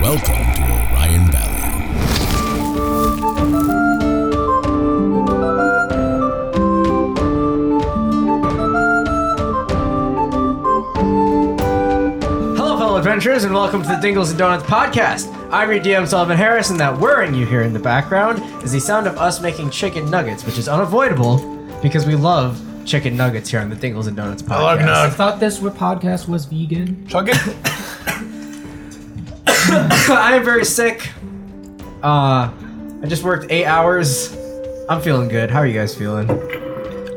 Welcome to Orion Valley. Hello, fellow adventurers, and welcome to the Dingles and Donuts podcast. I'm your DM, Sullivan Harris, and that whirring you hear in the background is the sound of us making chicken nuggets, which is unavoidable because we love chicken nuggets here on the Dingles and Donuts podcast. love nugs. thought this were- podcast was vegan. Chug it. I am very sick. Uh, I just worked eight hours. I'm feeling good. How are you guys feeling?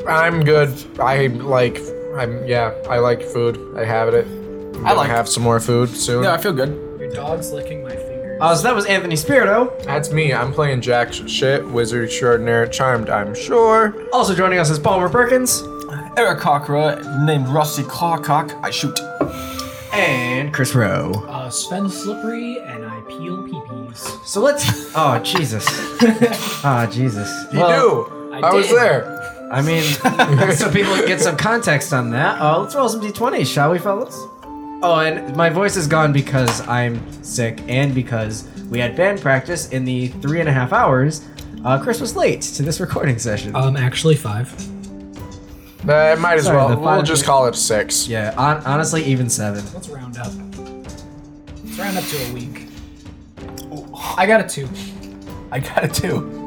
I'm good. I like. I'm yeah. I like food. I have it. i like- have some more food soon. Yeah, I feel good. Your dog's licking my fingers. Uh, so that was Anthony Spirito. That's me. I'm playing jack sh- shit. Wizard extraordinaire, charmed. I'm sure. Also joining us is Palmer Perkins Eric Cockra, named Rusty Clawcock, I shoot. and Chris Rowe. Uh, Sven slippery and I peel peepees. So let's. Oh Jesus. Ah Jesus. You do. I, I was did. there. I mean, so people can get some context on that. Uh, let's roll some d20s, shall we, fellas? Oh, and my voice is gone because I'm sick and because we had band practice in the three and a half hours. Uh, Chris was late to this recording session. Um, actually five. Uh, might as Sorry, the well. We'll bottom- just call it six. yeah, on, honestly, even seven. Let's round up. Let's round up to a week. I got a two. I got it too.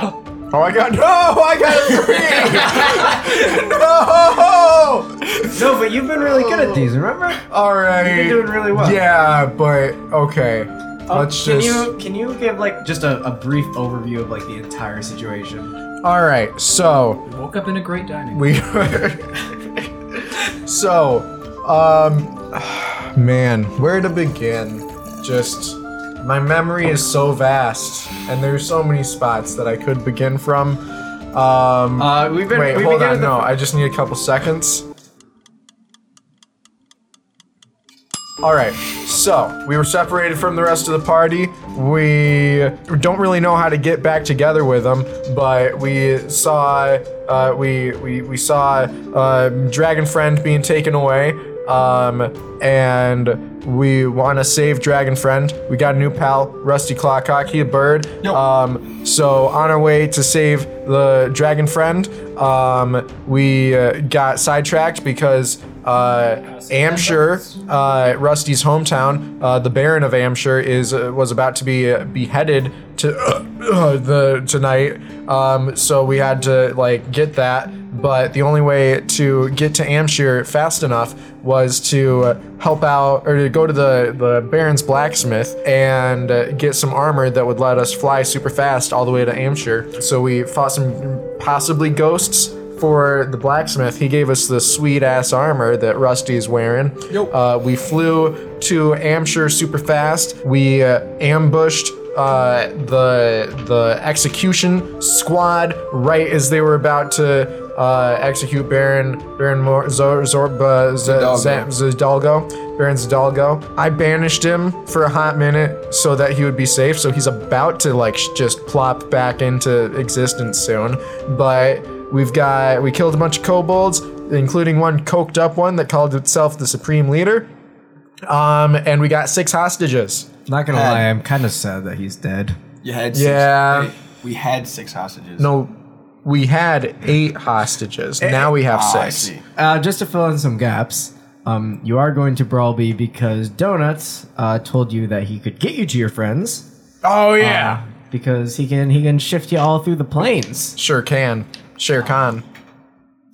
Oh my god! No! I got a three. No, no! but you've been really good at these, remember? All right. You've been doing really well. Yeah, but okay. Uh, Let's can just. you can you give like just a, a brief overview of like the entire situation? All right. So. Woke up in a great dining. We so, um, man, where to begin? Just my memory is so vast, and there's so many spots that I could begin from. Um, Uh, we've been wait, we've hold been on. given No, I just need a couple seconds. All right. So we were separated from the rest of the party. We don't really know how to get back together with them, but we saw uh, we, we we saw uh, Dragon Friend being taken away, um, and we want to save Dragon Friend. We got a new pal, Rusty Clockcock. He a bird. Um, so on our way to save the Dragon Friend, um, we uh, got sidetracked because. Uh, Amshire, uh, Rusty's hometown, uh, the Baron of Amshire is uh, was about to be uh, beheaded to the tonight. Um, so we had to like get that, but the only way to get to Amshire fast enough was to uh, help out or to go to the the Baron's blacksmith and uh, get some armor that would let us fly super fast all the way to Amshire. So we fought some possibly ghosts for the blacksmith, he gave us the sweet ass armor that Rusty's wearing. Uh, we flew to Amshire super fast. We uh, ambushed uh, the the execution squad right as they were about to uh, execute Baron Baron Mor- Zor- Zorba Z- Zidalgo. Z- Zidalgo. Baron Zidalgo. I banished him for a hot minute so that he would be safe. So he's about to like sh- just plop back into existence soon, but. We've got we killed a bunch of kobolds, including one coked up one that called itself the Supreme Leader. Um, and we got six hostages. Not gonna lie, I'm kind of sad that he's dead. You had six. Yeah. wait, we had six hostages. No, we had eight hostages. Eh, Now we have Ah, I six. see. Uh, just to fill in some gaps, um, you are going to Brawlby because Donuts uh, told you that he could get you to your friends Oh yeah, because he can he can shift you all through the plains. sure can. Sure can.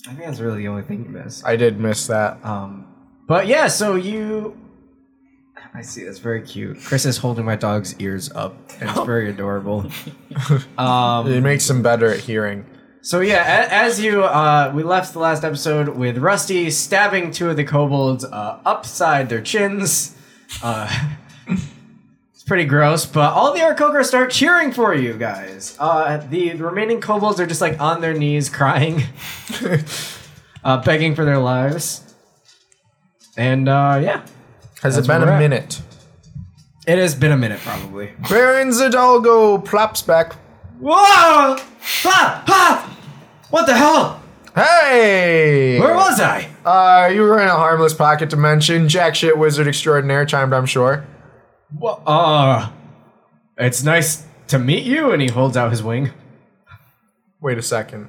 I think that's really the only thing you missed. I did miss that. Um, but yeah, so you. I see. That's very cute. Chris is holding my dog's ears up, and it's very adorable. um, It makes him better at hearing. So yeah, a- as you uh, we left the last episode with Rusty stabbing two of the kobolds uh, upside their chins. Uh, it's pretty gross, but all the Arkokra start cheering for you guys. Uh, the remaining kobolds are just like on their knees crying, uh, begging for their lives. And uh, yeah, Has That's it been where we're a at. minute? it has been a minute probably. Baron Zidalgo plops back. Whoa! Ah! Ah! What the hell? Hey! Where was I? Uh, you were in a harmless pocket dimension. Jack shit wizard extraordinaire chimed, I'm sure. Well, uh, it's nice to meet you. And he holds out his wing. Wait a second.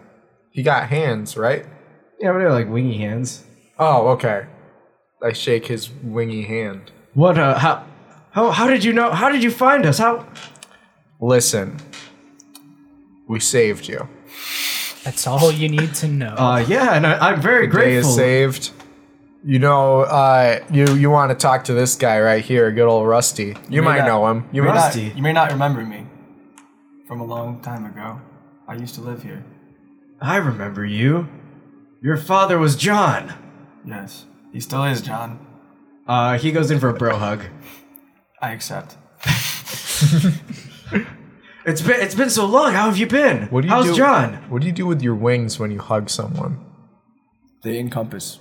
He got hands, right? Yeah, but they're like wingy hands. Oh, okay. I shake his wingy hand. What? Uh, how? How? How did you know? How did you find us? How? Listen, we saved you. That's all you need to know. Uh, yeah, and I, I'm very Day is grateful. saved. You know, uh, you you want to talk to this guy right here, good old Rusty. You might not- know him. You may might. not- Rusty. you may not remember me from a long time ago. I used to live here. I remember you. Your father was John. Yes, he still is, John. Uh, he goes in for a bro hug. I accept. It's been it's been so long. How have you been? What do you How's do? John? What do you do with your wings when you hug someone? They encompass.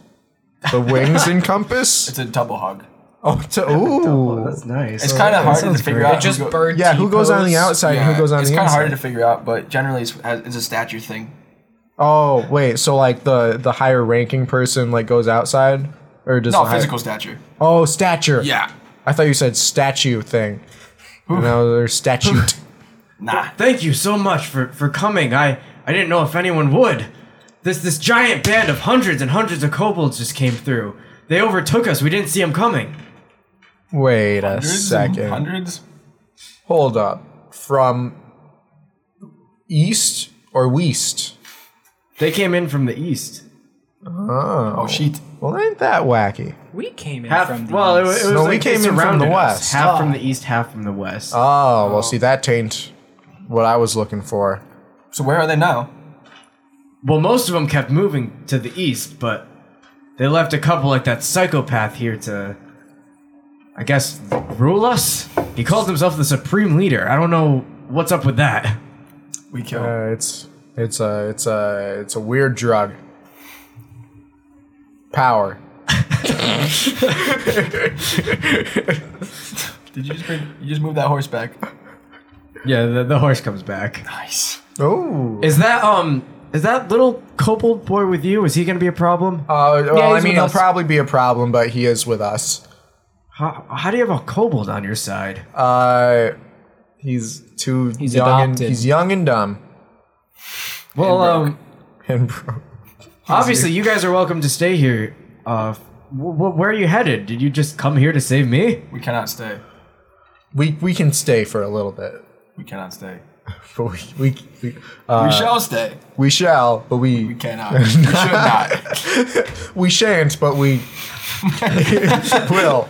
The wings encompass. It's a double hug. Oh, to, Oh, ooh. that's nice. It's kind of harder to sounds figure great. out. Just who go- bird. Yeah, who goes on the outside and Yeah, who goes on It's the kind of inside? harder to figure out, but generally it's, it's a statue thing. Oh, wait. So like the the higher ranking person like goes outside, or does No, the higher- physical stature. Oh, stature. Yeah. I thought you said statue thing. No, they're statute. Nah. Thank you so much for for coming. I I didn't know if anyone would. This this giant band of hundreds and hundreds of kobolds just came through. They overtook us. We didn't see them coming. Wait a Hundreds and second. Hundreds? Hold up. From east or west? They came in from the east. Oh, sheet. Well, ain't that wacky? We came in Half from the well, it, wa- east. Ah. it was No, we like they came in from the surrounded us. west. Half from the east, half from the west. Oh, well, see, that taint what I was looking for. So where are they now? Well, most of them kept moving to the east, but they left a couple like that psychopath here to, I guess, rule us. He calls himself the supreme leader. I don't know what's up with that. We killed. Uh, it's it's a it's a it's a weird drug. Power. Did you just bring, you just move that horse back? Yeah, the, the horse comes back. Nice. Oh. Is that um? Is that little kobold boy with you? Is he gonna be a problem? Uh, well, I he's mean, with he'll us. probably be a problem, but he is with us. How, how do you have a kobold on your side? Uh, he's too He's young. adopted. And, he's young and dumb. well, um, And broke. obviously you guys are welcome to stay here. Uh, w- w- where are you headed? Did you just come here to save me? We cannot stay. we we can stay for a little bit, We cannot stay. but we we we, uh, we shall stay. we shall, but we We cannot. we should not. we shan't, but we will.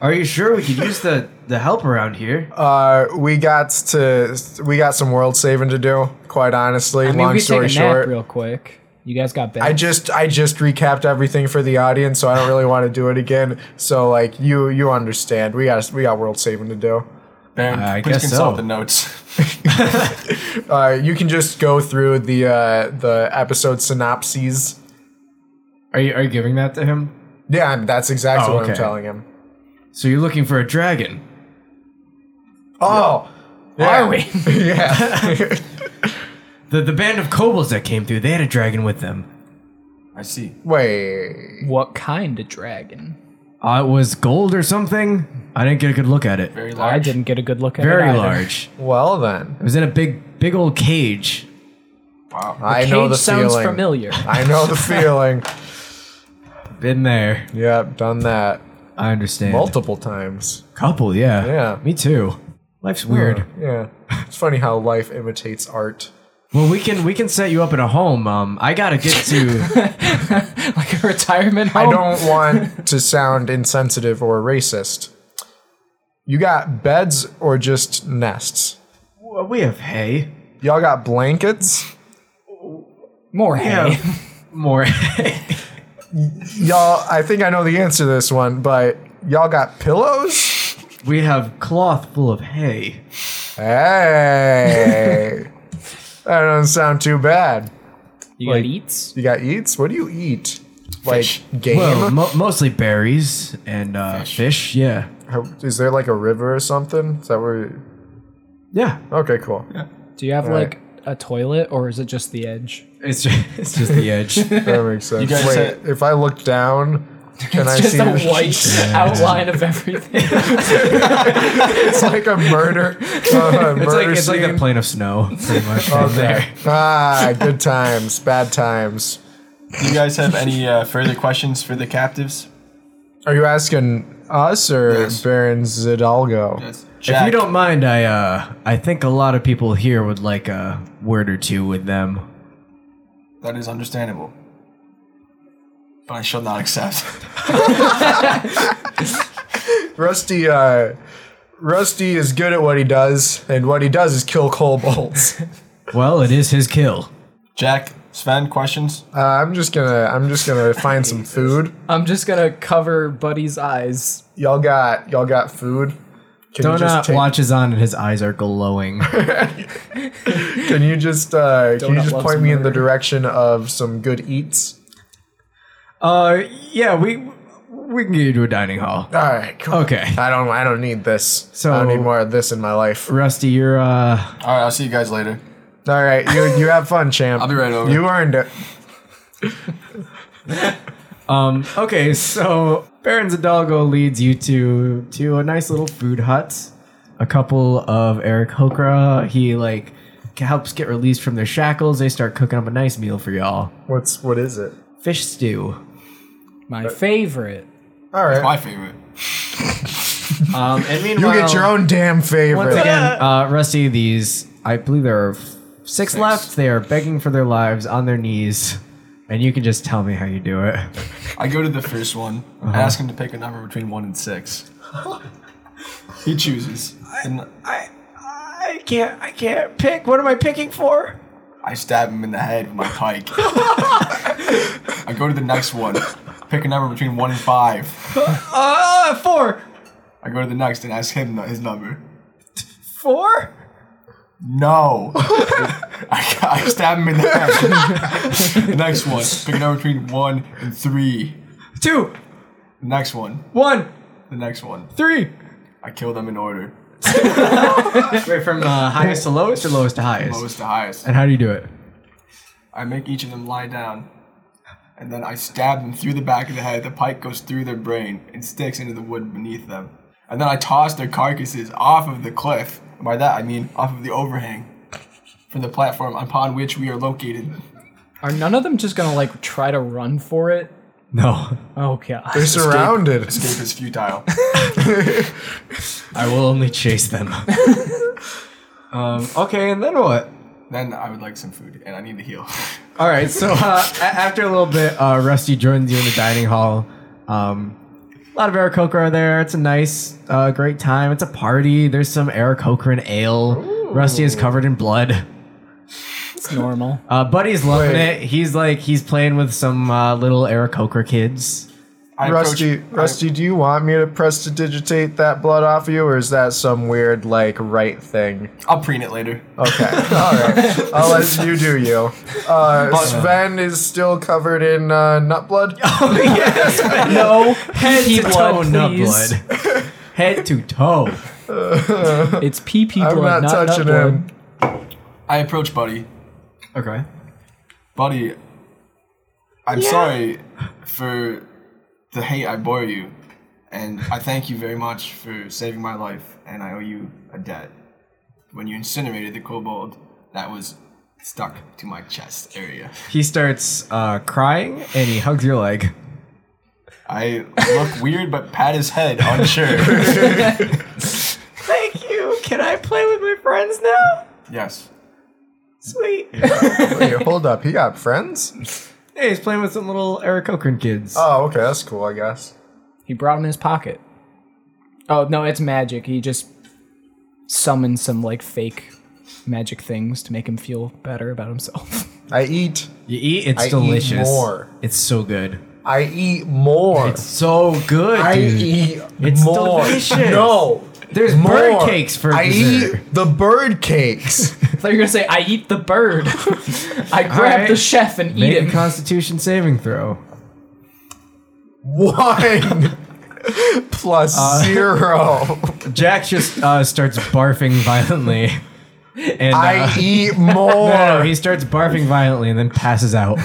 Are you sure we could use the the help around here? Uh, we got to we got some world saving to do. Quite honestly, I mean, long we could story take a nap short, real quick. You guys got I bad. just I just recapped everything for the audience, so I don't really want to do it again. So like you you understand, we got we got world saving to do. Baron, I please guess consult so. the notes. Uh, you can just go through the uh, the episode synopses. Are you are you giving that to him? Yeah, and that's exactly Oh, what I'm okay. telling him. So you're looking for a dragon? Oh, yeah. Are we? yeah. The the band of kobolds that came through, they had a dragon with them. I see. Wait. what kind of dragon? Uh, it was gold or something. I didn't get a good look at it. Very large. I didn't get a good look at it. Very either. large. Well then, It was in a big big old cage. Wow. I Cage know the sounds feeling. familiar. I know the feeling. Been there. yep, done that I understand. multiple times. Couple, yeah. Yeah. Me too. Life's weird. Yeah, it's funny how life imitates art. Well, we can we can set you up in a home. Um, I gotta get to. like a retirement I Oh. home. don't want to sound insensitive or racist. You got beds or just nests? Well, we have hay. Y'all got blankets? More hay. More. hay. Y'all, I think I know the answer to this one, but y'all got pillows? we have cloth full of hay. Hey. that doesn't sound too bad. You Like- got eats? You got eats? What do you eat? Like Fish. game? Well, mo- mostly berries and uh, fish. Yeah. How- Is there like a river or something? Is that where? Yeah. Okay, cool. Do you have Right. like a toilet or is it just the edge? It's just, it's just the edge. That makes sense. guys Wait, said- if I look down, can I It's just see? a white outline of everything. It's like a murder. Uh, It's like murder it's like scene. the plane of snow, pretty much. Oh, right there. Ah, good times, bad times. Do you guys have any uh, further questions for the captives? Are you asking us or Yes. Baron Zidalgo? If Jack, you don't mind, I uh, I think a lot of people here would like a word or two with them. that is understandable. But I shall not accept. Rusty, uh, Rusty is good at what he does, and what he does is kill kobolds. Well, it is his kill. Jack, Sven, questions? uh, I'm just gonna, I'm just gonna find some food. I'm just gonna cover Buddy's eyes. Y'all got, y'all got food. Can you just Donut take, watches on and his eyes are glowing. Can you just, uh, can you Donut just loves point me in the murder. direction of some good eats? uh, yeah, we we can get you to a dining hall. All right, cool. Okay. I don't, I don't need this. So- I don't need more of this in my life. Rusty, you're uh, All right, I'll see you guys later. All right, you, you have fun, champ. I'll be right over. You earned it. Um, okay, so Baron Hidalgo leads you to to a nice little food hut. A couple of Eric Hokra, he like helps get released from their shackles. They start cooking up a nice meal for y'all. What's, what is it? Fish stew. My favorite. All right. My favorite. Um, and You meanwhile, get your own damn favorite. Once again, uh, Rusty, these I believe there are f- six, left. They are begging for their lives on their knees, and you can just tell me how you do it. I go to the first one and Uh-huh. ask him to pick a number between one and six. he chooses. And I I can't I can't pick. What am I picking for? I stab him in the head with my pike. I go to the next one, pick a number between one and five. Uh, four. I go to the next and ask him his number. Four? No. I, I stab him in the head. the next one, pick a number between one and three. Two, The next one, one, the next one. three. I kill them in order, Wait, from uh, highest to lowest or lowest to highest? lowest to highest. And how do you do it? I make each of them lie down, and then I stab them through the back of the head. The pike goes through their brain and sticks into the wood beneath them. And then I toss their carcasses off of the cliff. And by that I mean off of the overhang from the platform upon which we are located. Are none of them just gonna like try to run for it? No. Oh god. They're surrounded. Escape is futile. I will only chase them. um, okay, and then what? then I would like some food, and I need to heal. All right, so uh, a- after a little bit, uh, Rusty joins you in the dining hall. Um, a lot of Eric Cochran are there. It's a nice, uh, great time. It's a party. There's some Eric Cochran ale. Rusty is covered in blood. It's normal. Uh, Buddy's loving Wait. it. He's like he's playing with some uh, little Eric Cochran kids. I approach- Rusty, I- Rusty, do you want me to press to digitate that blood off you, or is that some weird like right thing? I'll preen it later. Okay, all right. I'll let you do you. Uh, Sven is still covered in uh, nut blood. no head Pee to toe, nut please. blood. Head to toe. It's pee pee I'm blood, not, not, touching nut him. blood. I approach Buddy. Okay. Buddy, I'm sorry for the hate I bore you, and I thank you very much for saving my life, and I owe you a debt. When you incinerated the kobold, that was stuck to my chest area. He starts uh, crying and he hugs your leg. I look weird, but pat his head, unsure. Thank you. Can I play with my friends now? yes. Sweet. Wait, hold up. He got friends? Hey, he's playing with some little Eric Cochran kids. Oh, okay. That's cool, I guess. He brought him in his pocket. Oh no, it's magic. He just summoned some like fake magic things to make him feel better about himself. I eat. you eat. It's I eat delicious. more. It's so good. I eat more. It's so good, I dude. eat It's more. delicious. No. There's more. bird cakes for I dessert. eat the bird cakes. I thought you were gonna say, I eat the bird. I grab right. the chef and Make eat a him. Constitution saving throw. One Uh, plus zero. Jack just uh, starts barfing violently. And uh, I eat more. no, he starts barfing violently and then passes out.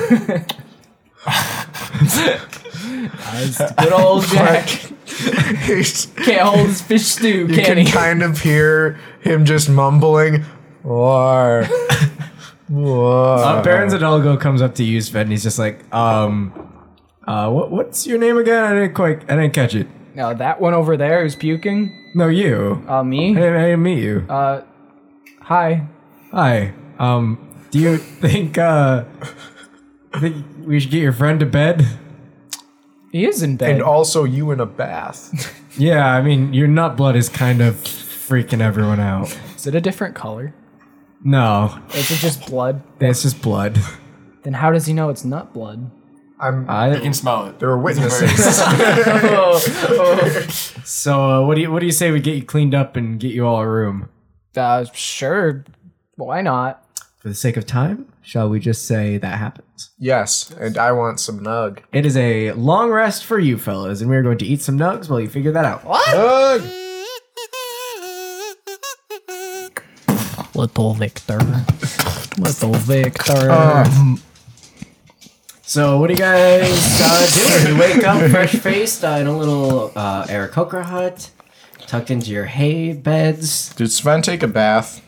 Good old Jack He's- can't hold his fish you stew, can can he? kind of hear him just mumbling, "War, Uh, Baron Zadalgo comes up to you, Sven, and he's just like, um, uh, what, what's your name again? I didn't quite, I didn't catch it. No, that one over there who's puking. No, you. Uh, me. I, didn't, I didn't meet you. Uh, hi. Hi. Um, do you think, uh, think we should get your friend to bed? He is in bed. and also you in a bath. Yeah, I mean, your nut blood is kind of freaking everyone out. is it a different color? No, Is it just blood? that's just blood. Then how does he know it's not blood? I'm. You Uh, I, can smell it. there are It's a very- witnesses. so, uh, what do you, what do you say we get you cleaned up and get you all a room? Uh, sure. Why not? For the sake of time, shall we just say that happens? Yes, and I want some nug. It is a long rest for you fellas, and we are going to eat some nugs while you figure that out. Nug. Little Victor. Little Victor. So, what do you guys uh, do? You wake up fresh faced uh, in a little uh, Aarakocra hut, tucked into your hay beds. Did Sven take a bath?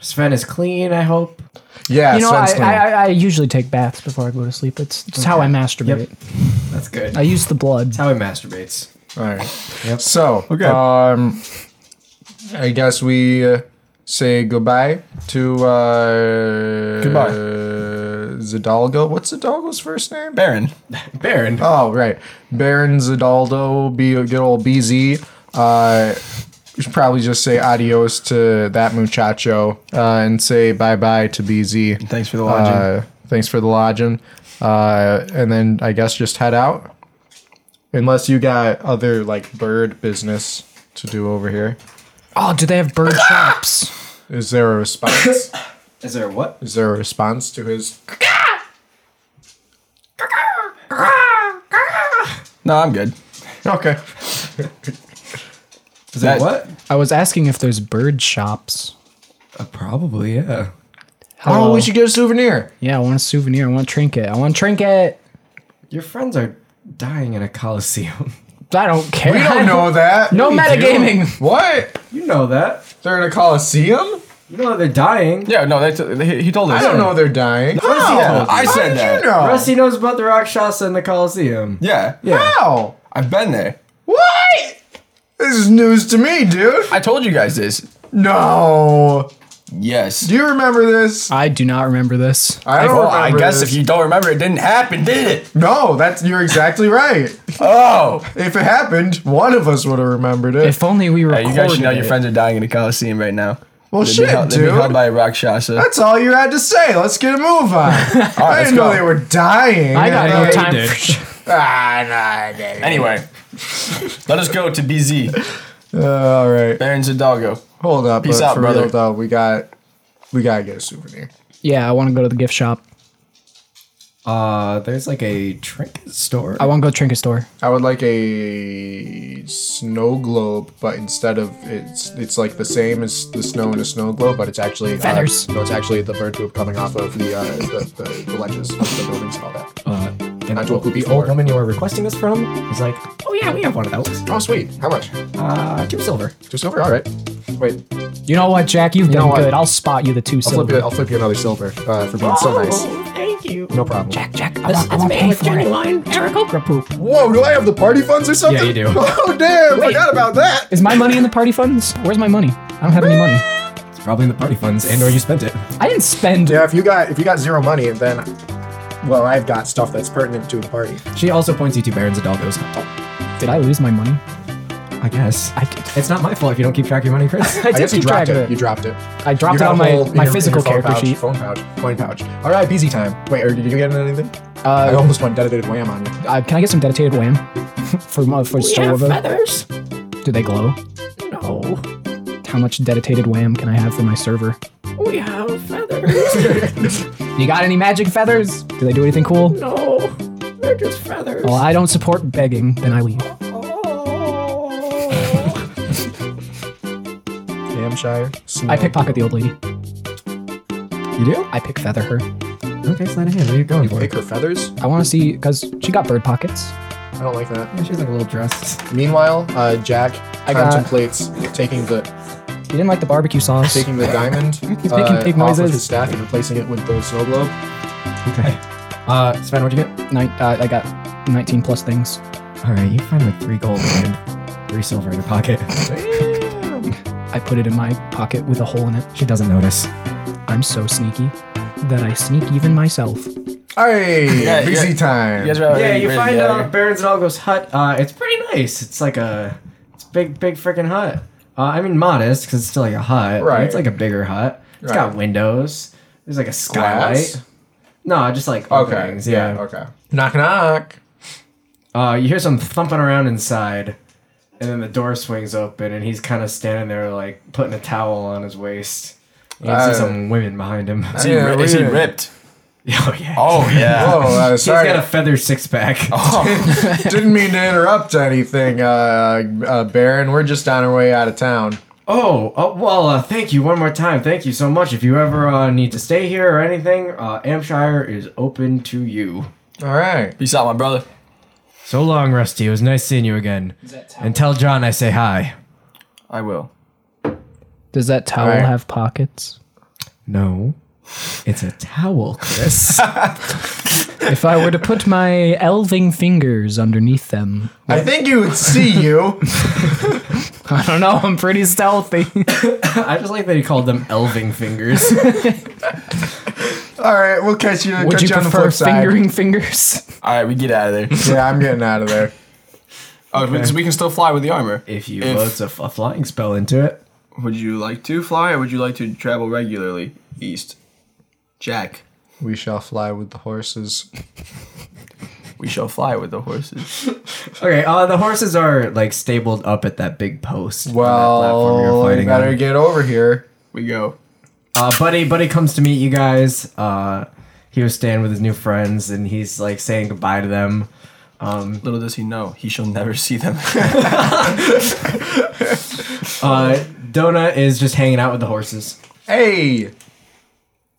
Sven is clean, I hope. Yeah, you know, I, Sven's clean. I, I, I usually take baths before I go to sleep. It's just how I masturbate. That's good. I use the blood. How he masturbates. All right. So, um, I guess we uh, say goodbye to uh, Goodbye. uh, Zidalgo. What's Zidalgo's first name? Baron. Baron. Oh, right. Baron Zidaldo, B, good old BZ. Uh, we should probably just say adios to that muchacho uh, and say bye bye to BZ. Thanks for the lodging. Uh, thanks for the lodging. Uh, and then I guess just head out. Unless you got other like bird business to do over here. Oh, do they have bird chops? Is there a response? Is there what? Is there a response to his? no, I'm good. Okay. Is there That- what? Uh, I was asking if there's bird shops. probably, yeah. Oh, Hello. we should get a souvenir. Yeah, I want a souvenir. I want a trinket. I want a trinket. Your friends are dying in a coliseum. I don't care. We don't know that. No We do. metagaming. What? You know that. They're in a coliseum? You know that they're dying. Yeah, no, that's, he, he told us. I don't know they're dying. Yeah, I said that. You know. Rusty knows about the Rakshasa in the Coliseum. Yeah. Yeah. How? I've been there. What? This is news to me, dude. I told you guys this. No. Yes. Do you remember this? I do not remember this. I don't well, remember. I guess this. if you don't remember, it didn't happen, did it? No, that's you're exactly right. Oh. if it happened, one of us would have remembered it. If only we Yeah, recorded you guys should know it. your friends are dying in the Coliseum right now. well, They're shit, being held, they're dude. being held by a Rakshasa. that's all you had to say. Let's get a move on. All I right, let's didn't know go. they were dying. I got no Like, time. did. For Ah, nah, I didn't. Anyway, let us go to BZ, Uh, all right, Baron Zidalgo. hold up. Peace but out, for brother. real though, we got we gotta get a souvenir. yeah, I want to go to the gift shop. Uh, there's like a trinket store. I want to go to trinket store. I would like a snow globe, but instead of it's it's like the same as the snow in a snow globe, but it's actually uh, Feathers. no, it's actually the bird poop coming off of the uh, the, the, the ledges of the buildings and all that. Uh, and Not to a poopy the old floor. woman you were requesting this from is like, oh yeah, we have one of those. Oh sweet, how much? Uh, two silver. Two silver. All right. Wait, You know what, Jack? You've know done what? good. I'll spot you the two I'll flip you. silver. I'll flip you another silver uh, for being so nice. Oh, thank you. No problem. Jack, Jack, I won't, I won't pay for it. Aarakocra poop. Whoa, do I have the party funds or something? you do. Oh damn! Forgot about that. Is my money in the party funds? Where's my money? I don't have any money. It's probably in the party funds, and or you spent it. I didn't spend. Yeah, if you got if you got zero money, then well, I've got stuff that's pertinent to the party. She also points you to Baron's Adalgo's. Did I lose my money? I guess. I, It's not my fault if you don't keep track of your money, Chris. I I did guess you keep track dropped of it. You it. dropped it. I dropped it got on a my, hole in my your- in physical your phone character pouch, sheet. Phone pouch, coin pouch. All right, busy time. Wait, or did you get anything? I Uh, almost went dedicated wham on you. uh, can I get some dedicated wham? for my for Stolova? feathers. Do they glow? No, How much dedicated wham can I have for my server? we have feathers. You got any magic feathers? Do they do anything cool? no, they're just feathers. Well, I don't support begging, then I leave. Hampshire. I pickpocket the old lady. You do? I pick feather her. Okay, slide ahead. What are you going for? Pick her feathers. I want to see because she got bird pockets. I don't like that. Yeah, She's like a little dress. Meanwhile, uh, Jack I got- contemplates taking the You didn't like the barbecue sauce. taking the diamond He's uh, making pig off of noises. his staff and replacing it with the snow globe. Okay. Uh, Sven, what'd you get? Nine, uh, I got 19 plus things. All right, you find like three gold and three silver in your pocket. I put it in my pocket with a hole in it. She doesn't notice. I'm so sneaky that I sneak even myself. Hey, Yeah, busy yeah. time. Yeah, you find uh, Baron's Nalgo's hut. Uh, it's pretty nice. It's like a, it's a big, big freaking hut. Uh, I mean, modest because it's still like a hut. but Right. It's like a bigger hut. It's got Right. windows. There's like a skylight. Glass? No, just like Okay. openings. Yeah. yeah. Okay. Knock knock. Uh, you hear some thumping around inside, and then the door swings open, and he's kind of standing there like putting a towel on his waist. You can Uh, see some women behind him. oh Is he, Yeah, ri- is he weird. ripped? yeah. Oh yeah. Whoa, uh, He's got sorry. a feather six pack. Oh, didn't mean to interrupt anything, uh, uh, Baron. We're just on our way out of town. Oh, oh well, uh, thank you one more time. Thank you so much. If you ever uh, need to stay here or anything, uh, Hampshire is open to you. All right. Peace out, my brother. So long, Rusty. It was nice seeing you again. And tell John I say hi. I will. Does that towel Alright. have pockets? No, it's a towel, Chris. If I were to put my elving fingers underneath them, I think you would see you. I don't know. I'm pretty stealthy. I just like that he called them elving fingers. All right, we'll catch you. Would catch you you on the flip prefer fingering fingers? All right, we get out of there. side. Yeah, I'm getting out of there. Oh, we- so we can still fly with the armor. if you If- loads a, a flying spell into it. Would you like to fly, or would you like to travel regularly east? Jack, We shall fly with the horses. we shall fly with the horses. Okay, uh, the horses are like stabled up at that big post. on that platform you're Well, we fighting better on. get over here. We go. uh, buddy buddy comes to meet you guys uh, he was staying with his new friends and he's like saying goodbye to them Little does he know, he shall never see them. uh, dona is just hanging out with the horses Hey, Is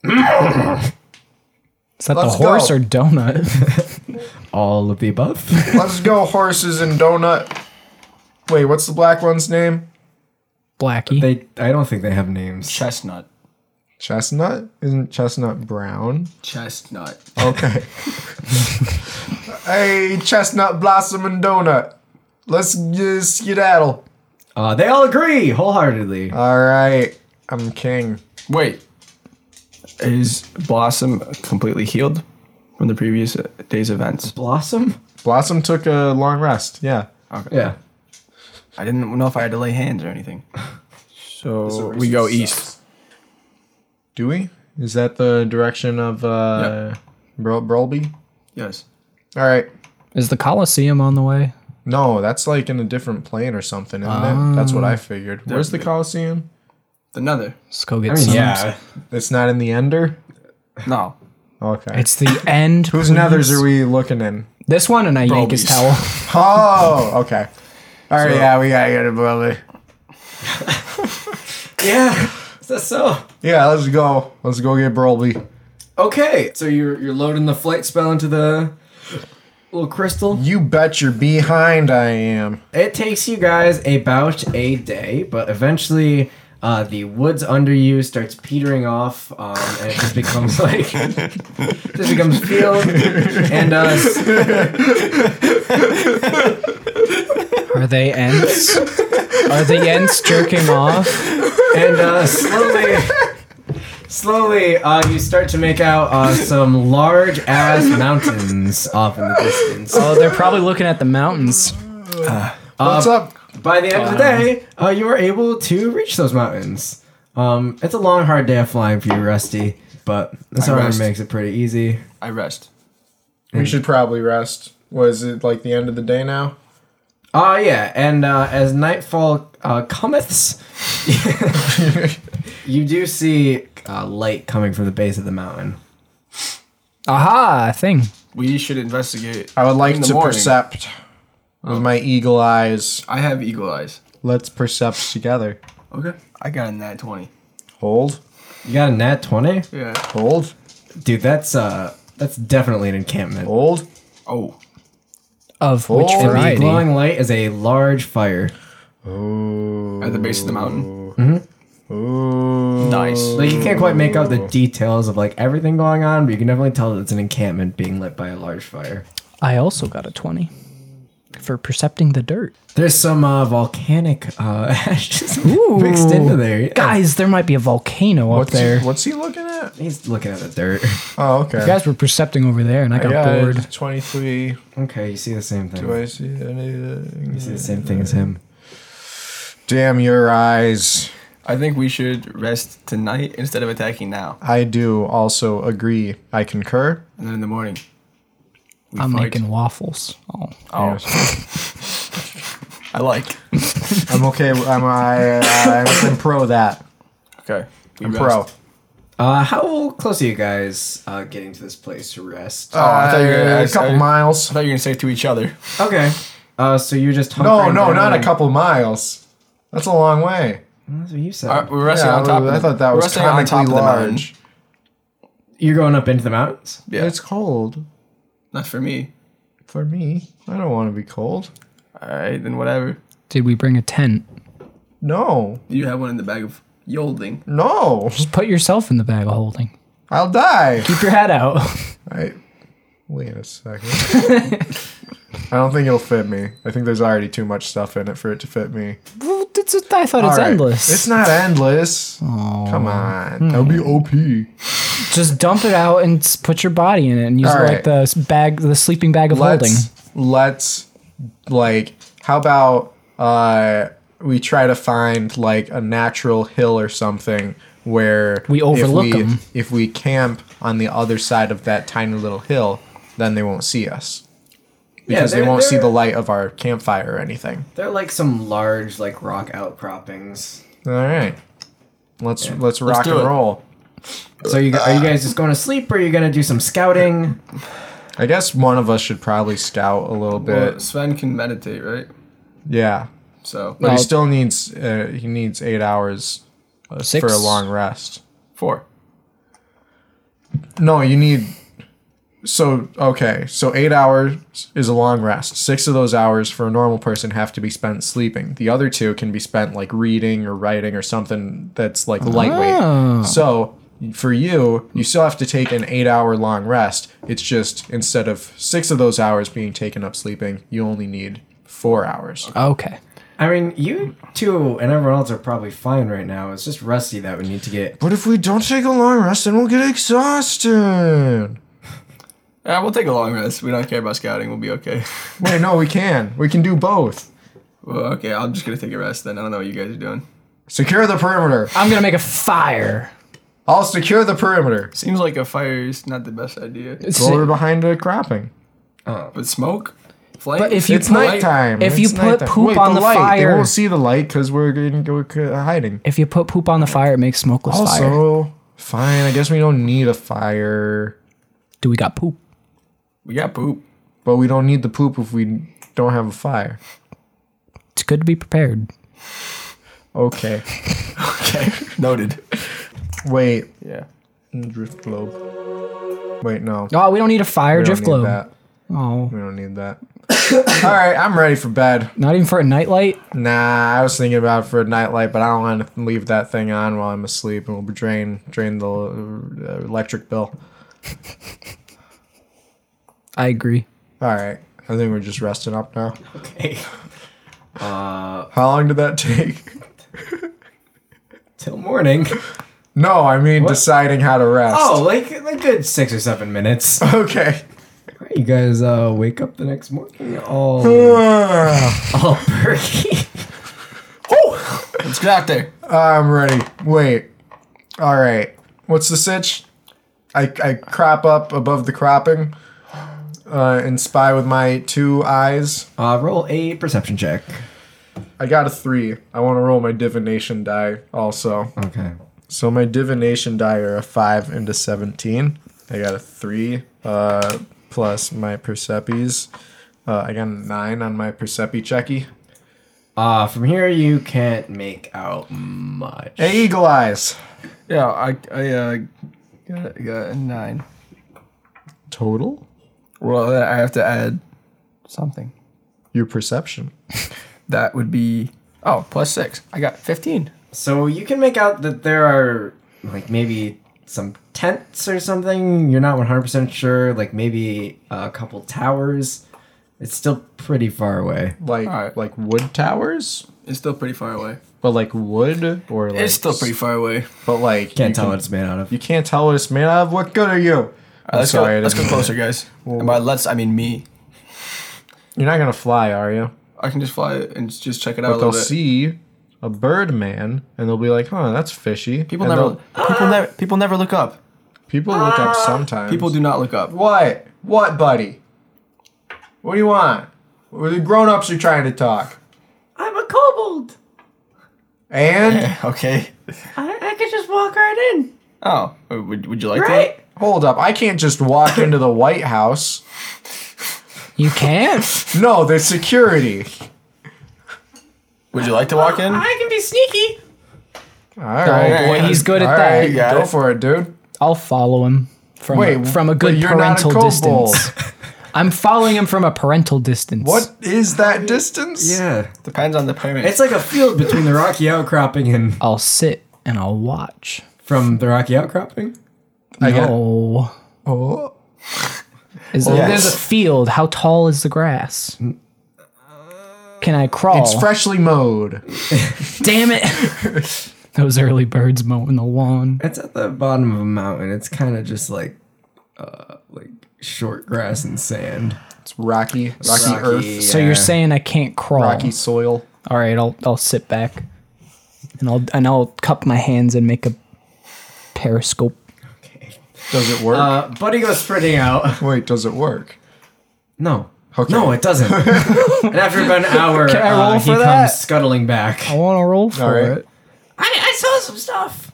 that Let's the horse go. or donut? all of the above let's go horses and donut. Wait, what's the black one's name? Blackie. they i don't think they have names Chestnut. Chestnut? Isn't chestnut brown? Chestnut. Okay. hey, chestnut blossom and donut. Let's uh, skedaddle. uh, they all agree wholeheartedly All right, I'm king. Wait. Is Blossom completely healed from the previous uh, day's events? blossom Blossom took a long rest. Yeah. yeah I didn't know if I had to lay hands or anything. So we go east. Do we? Is that the direction of uh, Bro- Brolby? Yes. All right. Is the Colosseum on the way? No, that's like in a different plane or something, isn't it? That's what I figured. Where's the Definitely. Coliseum? The nether. Let's go get I mean, some. yeah It's not in the Ender. No. Okay. It's the end. Whose please. nethers are we looking in? This one, and I yank his Brobies. towel. Oh, okay. All right. So- yeah, we gotta go to Brolby. yeah is that so Yeah, let's go. Let's go get Brolby. okay so you're you're loading the flight spell into the little crystal You bet you're behind I am. It takes you guys about a day, but eventually uh, the woods under you starts petering off, um, and it just becomes like just becomes field. And uh, s- Are they ants? Are the ants jerking off? and uh, slowly, slowly, uh, you start to make out uh, some large ass mountains off in the distance. Oh, they're probably looking at the mountains. What's up? By the end of the day, uh, you were able to reach those mountains. Um, it's a long, hard day of flying for you, Rusty, but this I armor rest. makes it pretty easy. I rest. We should probably rest. Was it like the end of the day now? Ah, yeah, and uh, as nightfall uh, cometh, you do see uh, light coming from the base of the mountain. Aha, a thing. We should investigate. I would like In the to morning. percept with my eagle eyes. I have eagle eyes. Let's percept together. Okay. I got a nat 20. Hold. You got a nat twenty, Yeah. Hold. dude. That's uh, that's definitely an encampment. Hold. Oh. Of which Oh. The variety? glowing light is a large fire. At the base of the mountain. Ooh. Nice. Like you can't quite make out Oh. the details of like everything going on, but you can definitely tell that it's an encampment being lit by a large fire. I also got a 20 for percepting the dirt. There's some uh, volcanic uh, ashes mixed into there. Yeah. Guys, there might be a volcano What's up there. He, what's he looking at? He's looking at the dirt. Oh, okay. You guys were percepting over there, and I got Yeah, bored. 23. Okay, you see the same thing. Do I see anything? You see the same thing as him. Damn your eyes. I think we should rest tonight instead of attacking now. I do also agree. I concur. And then in the morning. We I'm fight. making waffles. Oh, Oh. I like. I'm okay. I'm I, uh, I, I'm pro that. Okay. We I'm pro. rest. Uh, how close are you guys uh, getting to this place to rest? Oh, I thought you were gonna- Uh, a couple I- I miles. thought you were gonna say to each other. okay. Uh, so you're just No, hunkering no, down not a and- couple miles. That's a long way. That's what you said. All right, we're resting Yeah, on top. I of the, thought that we're was resting on top comically of the mountain. large. You're going up into the mountains. Yeah, It's cold not for me. for me. I don't want to be cold. All right, then whatever. did we bring a tent? No, You have one in the bag of yolding. no, Just put yourself in the bag of holding. I'll die. Keep your head out. I wait a second. I don't think it'll fit me. I think there's already too much stuff in it for it to fit me. Well, that's a- I thought it's All right. endless. It's not endless. Come on. That'll be OP. Just dump it out and s- put your body in it and use All it like right. the s- bag, the sleeping bag of holding. let's let's like how about uh we try to find like a natural hill or something where We if overlook 'em. if we camp on the other side of that tiny little hill then they won't see us because they they're- won't see they're- the light of our campfire or anything They're like some large like rock outcroppings. all right let's let's rock do and it. roll So you, are you guys just going to sleep, or are you going to do some scouting? i guess one of us should probably scout a little bit Well, Sven can meditate, right? yeah So but he Well- still needs uh, he needs eight hours uh, Six? for a long rest four. No, you need. So okay, so eight hours is a long rest. Six of those hours for a normal person have to be spent sleeping. The other two can be spent like reading or writing or something that's like lightweight. Oh. So for you, you still have to take an eight-hour long rest. It's just instead of six of those hours being taken up sleeping, you only need four hours. Okay. I mean, you two and everyone else are probably fine right now. It's just Rusty that would need to get. But if we don't take a long rest, then we'll get exhausted. Yeah, we'll take a long rest. We don't care about scouting. We'll be okay. Wait, no, we can. We can do both. well, okay, I'm just gonna take a rest then. I don't know what you guys are doing. Secure the perimeter. I'm going to make a fire. I'll secure the perimeter. Seems like a fire is not the best idea. Go over behind the cropping. But smoke, flame. But if you It's put- nighttime. if It's you put nighttime. poop on the light. fire- they won't see the light because we're in, we're c- hiding. If you put poop on the fire, it makes smokeless fire. Also, fine. I guess we don't need a fire, Do we got poop? we got poop. but we don't need the poop if we don't have a fire. It's good to be prepared. Okay. Okay, noted. Wait. Yeah. Drift globe. Wait, no. Oh, we don't need a fire we drift don't need globe. that. Oh, We don't need that. All right, I'm ready for bed. not even for a nightlight. Nah, I was thinking about it for a nightlight, but I don't want to leave that thing on while I'm asleep, and it'll drain drain the uh, electric bill. I agree. All right. I think we're just resting up now. Okay. uh, How long did that take? Till morning. No, I mean deciding how to rest. Oh, like like good six or seven minutes. okay. You guys uh, wake up the next morning all all perky. Let's get out there. I'm ready. Wait. All right. What's the sitch? I, I crop up above the cropping uh, and spy with my two eyes. Uh, roll a perception check. I got a three. I want to roll my divination die also. Okay. So my divination die are a five and a seventeen. I got a three uh, plus my Persepes. Uh, I got a nine on my Persepi checky. Uh, from here, you can't make out much. Hey, Eagle Eyes. Yeah, I I uh, got, got a nine. Total? Well, I have to add something. Your perception. That would be oh plus six. I got fifteen. So you can make out that there are like maybe some tents or something. You're not 100% sure. Like maybe a couple towers. It's still pretty far away. Like Alright. like wood towers? It's still pretty far away. But like wood or like It's still pretty far away. but like Can't you tell can- what it's made out of. You can't tell what it's made out of. What good are you? I'm let's sorry, I go. Let's go didn't- closer, guys. And by let's, I mean me. You're not gonna fly, are you? I can just fly it and just check it out a But little they'll bit. see a bird man and they'll be like, huh, that's fishy. People And never. they'll- People never. People never look up. people look up sometimes. People do not look up. What? What, buddy? What do you want? Well, The grown ups are trying to talk. I'm a kobold. And Okay. I, I could just walk right in, Oh, would, would you like right? hold up, I can't just walk into the White House. You can't. No, there's security. that? Would you like to walk in? I can be sneaky. All Oh, right. boy, he's good at All that. right, You got go it. for it, dude. I'll follow him from Wait, a, from a but good you're not a parental kobold. distance. I'm following him from a parental distance. What is that distance? Yeah. Depends on the parent. It's like a field between the rocky outcropping and I'll sit and I'll watch. from the rocky outcropping. I got- no. Oh. Is Yes. There's a field. How tall is the grass? Can I crawl? It's freshly mowed. Damn it! Those early birds mowing the lawn. It's at the bottom of a mountain. It's kind of just like, uh, like short grass and sand. It's rocky, rocky, Rocky, earth, So yeah. you're saying I can't crawl? rocky soil. All right, I'll I'll sit back, and I'll and I'll cup my hands and make a periscope. Does it work? Uh, Buddy goes sprinting out. Wait, does it work? No. Okay. No, it doesn't. and after about an hour, Can I roll uh, he for that? Oh, comes scuttling back. I want to roll for All right. it. I, I saw some stuff.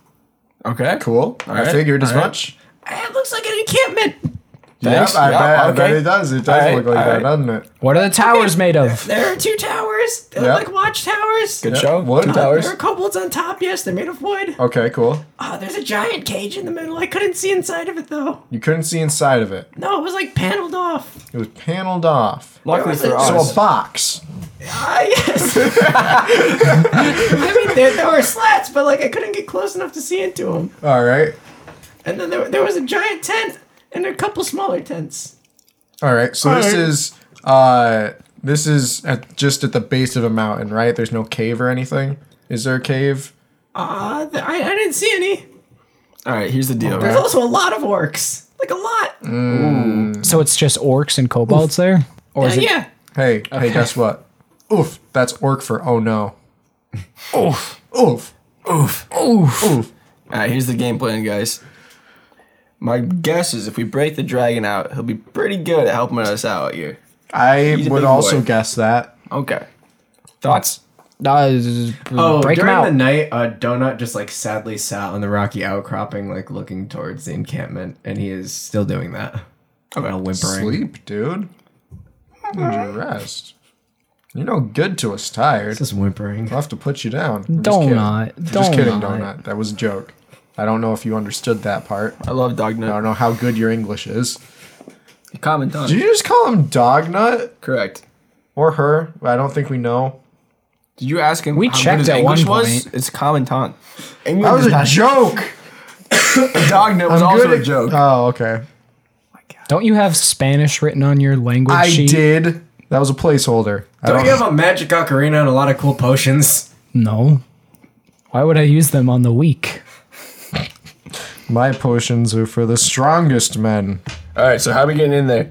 okay. Cool. I right, figured as all right. much. It looks like an encampment. Thanks. Yep, I, Yep, bet, I okay. bet it does. It does All right, look like all that, right. doesn't it? What are the towers made of? There are two towers. They Yeah. look like watchtowers. Good Yep. show. What? Two Uh, towers. There are kobolds on top. Yes, they're made of wood. Okay, cool. Uh, there's a giant cage in the middle. I couldn't see inside of it though. You couldn't see inside of it. No, it was like paneled off. It was paneled off. Luckily for So us. a box. Ah, yes. I mean, there, there were slats, but like I couldn't get close enough to see into them. All right. And then there, there was a giant tent and a couple smaller tents. All right. So this right. is uh this is at, just at the base of a mountain, right? There's no cave or anything. Is there a cave? Uh, th- I, I didn't see any. All right. Here's the deal. There's right? also a lot of orcs. Like a lot. So it's just orcs and kobolds there, or is Uh, it? yeah. Hey, hey, guess what? Oof, that's orc for oh no. Oof, oof. All right. Here's the game plan, guys. My guess is if we break the dragon out, he'll be pretty good at helping us out here. I a would big also boy. guess that. Okay. Thoughts? Uh, z- Oh, break 'em during the out. night, uh, Donut just like sadly sat on the rocky outcropping, like looking towards the encampment, and he is still doing that. Okay. While whimpering. Sleep, dude. Need your rest. You're no good to us tired. Just whimpering. I'll have to put you down. I'm just kidding. Donut, Just kidding, donut. Donut. That was a joke. I don't know if you understood that part. I love dog I don't nut. know how good your English is. Comment on. Did you just call him Dognut Correct. or her? I don't think we know. Did you ask him? We how good checked his at one English was? point. It's commentant. English That was is a not- joke. dog nut was I'm also good a at- joke. Oh, okay. Don't you have Spanish written on your language I sheet? did. That was a placeholder. I Don't don't- you have a magic ocarina and a lot of cool potions? No. Why would I use them on the weak? My potions are for the strongest men. All right. So how are we getting in there?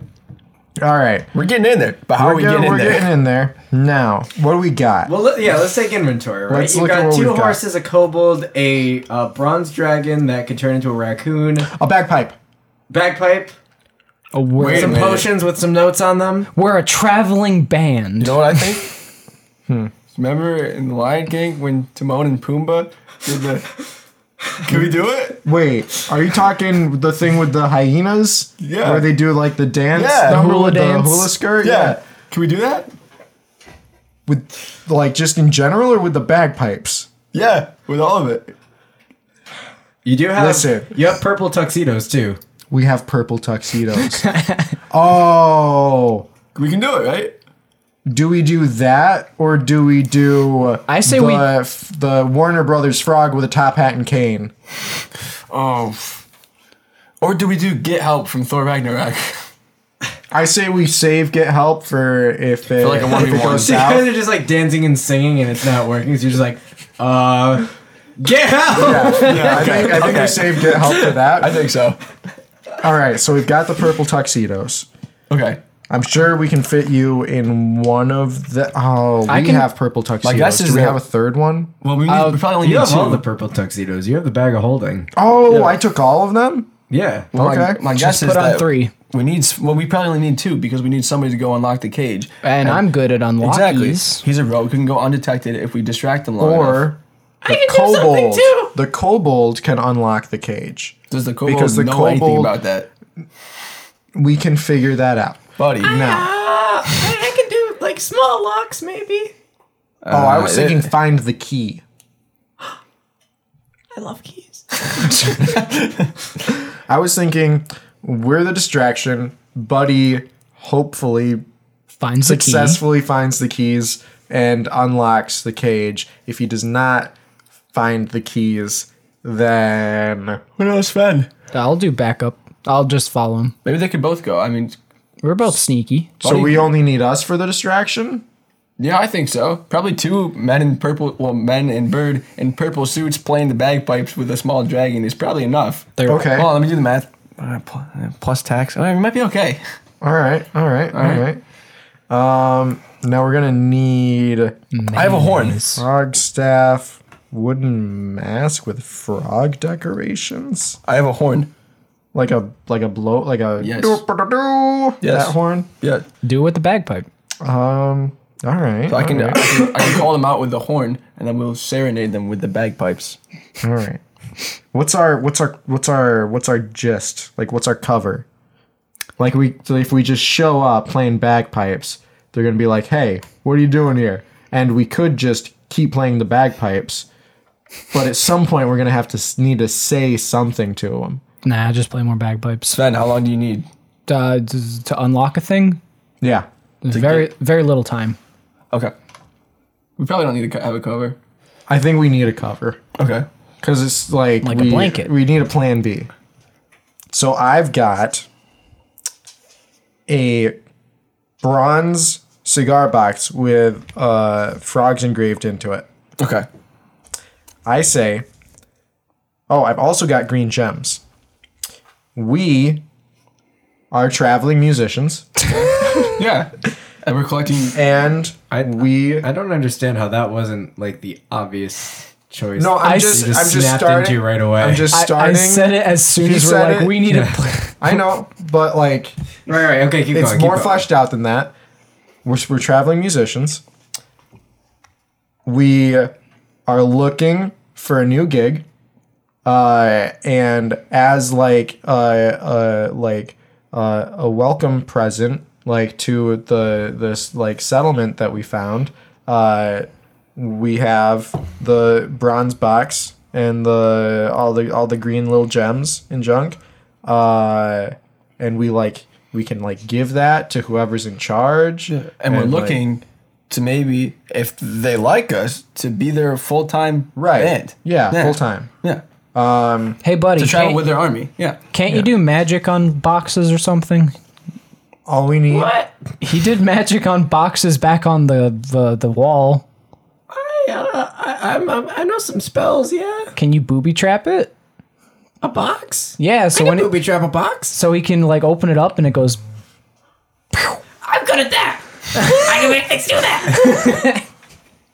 All right. We're getting in there. But how are We're, we getting, getting in we're there? getting in there. Now, what do we got? Well, let, yeah, let's take inventory, right? Let's You've look at got what two we've got. horses, a kobold, a uh, bronze dragon that could turn into a raccoon, a bagpipe. bagpipe, Oh, we're, Wait a some minute. potions with some notes on them. we're a traveling band. You know what I think? Remember in The Lion King when Timon and Pumbaa did the. Can we do it? Wait, are you talking the thing with the hyenas? Yeah. Where they do like the dance? Yeah. The The hula, hula the dance. hula skirt? Can we do that? With like just in general or with the bagpipes? Yeah, with all of it. You do Um, have Listen. you have purple tuxedos too. We have purple tuxedos. oh. We can do it, right? Do we do that or do we do I say the, we- f- the Warner Brothers frog with a top hat and cane? Oh. Or do we do get help from Thor Ragnarok? I say we save get help for if it, like a if it 1v1. goes So you guys south. are just like dancing and singing, and it's not working. So you're just like, uh, get out. yeah, I think, I think we save get help for that. I think so. All right, so we've got the purple tuxedos. Okay. I'm sure we can fit you in one of the. Oh, we I can- have purple tuxedos. that's do just we a- have a third one? Well, we, need, we probably only You need have two. all the purple tuxedos. You have the bag of holding. Oh, I took all of them. Yeah. Okay. My, my guess is put on that three. We need. s- Well, we probably only need two because we need somebody to go unlock the cage. And I'm good at Exactly. unlockies. He's a rogue who can go undetected if we distract him long enough. Or the kobold. The kobold can unlock the cage. Does the kobold because the know anything kobold- about that, We can figure that out. buddy? No. Uh, I can do like small locks, maybe. oh, I was Uh, it- thinking find the key. I love keys. I was thinking we're the distraction. Buddy hopefully Finds the key. successfully finds the keys and unlocks the cage. If he does not find the keys, then What else, Sven? I'll do backup. I'll just follow him. Maybe they could both go. I mean, We're both sneaky. so we only need us for the distraction. yeah, I think so. Probably two men in purple, well, men and bird in purple suits playing the bagpipes with a small dragon is probably enough. They're- Okay. Hold on, let me do the math. Uh, pl- uh, plus tax. All right, we might be okay. All right. All right. All right. right. Um. Now we're gonna need I have a horn. frog staff, wooden mask with frog decorations, I have a horn. like a like a blow, like a Yes. doo-ba-da-doo, Yes. that horn. Yeah. Do it with the bagpipe. Um. All right. I can, all I right, can I can call them out with the horn, and then we'll serenade them with the bagpipes. all right. What's our what's our what's our what's our gist? Like what's our cover? Like we so if we just show up playing bagpipes, they're gonna be like, "Hey, what are you doing here?" And we could just keep playing the bagpipes, but at some point we're gonna have to s- need to say something to them. Nah, just play more bagpipes. Sven, how long do you need? Uh, d- to unlock a thing, Yeah. there's very very little time. Okay. We probably don't need to co- have a cover. I think we need a cover Okay. because it's like Like a we, blanket. We need a plan B. So I've got a bronze cigar box with uh, frogs engraved into it. Okay. I say, oh, I've also got green gems. We are traveling musicians, Yeah. and we're collecting. and I- we. I don't understand how that wasn't like the obvious choice. no, I'm I just, s- you just I'm just snapped starting. into right away. I'm just I, I starting. I, said it as soon He as we're said like, it. we need Yeah. to play. know, but like, right, right. Okay, keep it's going. keep more going. fleshed out than that. We're, we're traveling musicians. We are looking for a new gig, uh, and as like uh, uh, like uh, a welcome present, like to the this like settlement that we found, uh, we have the bronze box and the all the all the green little gems and junk. Uh, and we like we can like give that to whoever's in charge And we're like- looking to maybe, if they like us, to be their full time right band. yeah, full time Yeah. Hey, buddy, To travel can't, with their army. Yeah. can't you do magic on boxes or something? all we need He did magic on boxes back on the the, the wall. I, uh, I, I'm, I'm, I know some spells. Yeah, Can you booby trap it? a box. Yeah, so when it, booby trap a box. so he can like open it up and it goes. I'm good at that. I can make things do that.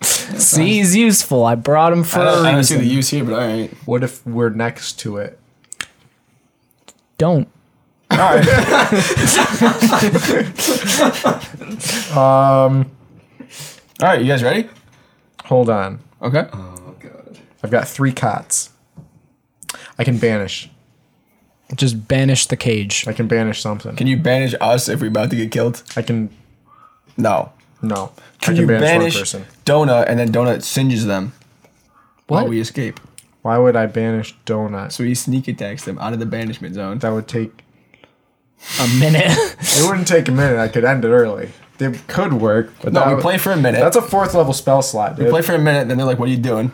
See, he's useful. I brought him for Uh, I don't, I a don't see the reason. use here, but all right. what if we're next to it Don't. All right, you guys ready? Uh, hold on Okay. Oh god. i've got three cots i can banish Just banish the cage. i can banish something Can you banish us if we're about to get killed? i can No. No. Can, I you banish one banish person. Donut and then Donut singes them while we escape? Why would I banish Donut? So he sneak attacks them out of the banishment zone. That would take. A minute. It wouldn't take a minute. I could end it early. It could work, but no, that we would- play for a minute. That's a fourth level spell slot. Dude. we play for a minute, then they're like, "What are you doing?"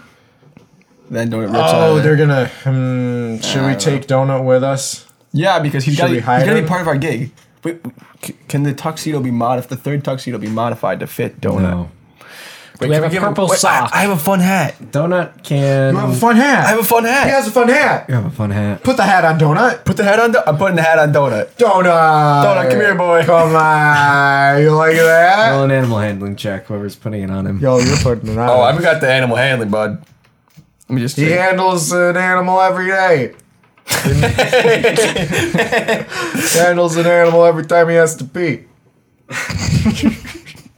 Then Donut rips out. oh, of there. they're gonna. Hmm, should Uh, we take Donut with us? yeah, because he's Should got we he's hide gonna be him? part of our gig. Wait, c- can the tuxedo be mod? If the third tuxedo be modified to fit Donut? we have a give him- purple wait, I- sock? I, have a fun hat. Donut can. You have a fun hat. I have a fun hat. he has a fun hat. You have a fun hat. Put the hat on Donut. Put the hat on. Do- I'm putting the hat on Donut. Donut. Donut, come here, boy. Come on. You like Roll that? an animal handling check. Whoever's putting it on him. Yo, you're putting it on. Oh, I've got the animal handling, bud. Let me just. He check. handles an animal every day. handles an animal every time he has to pee.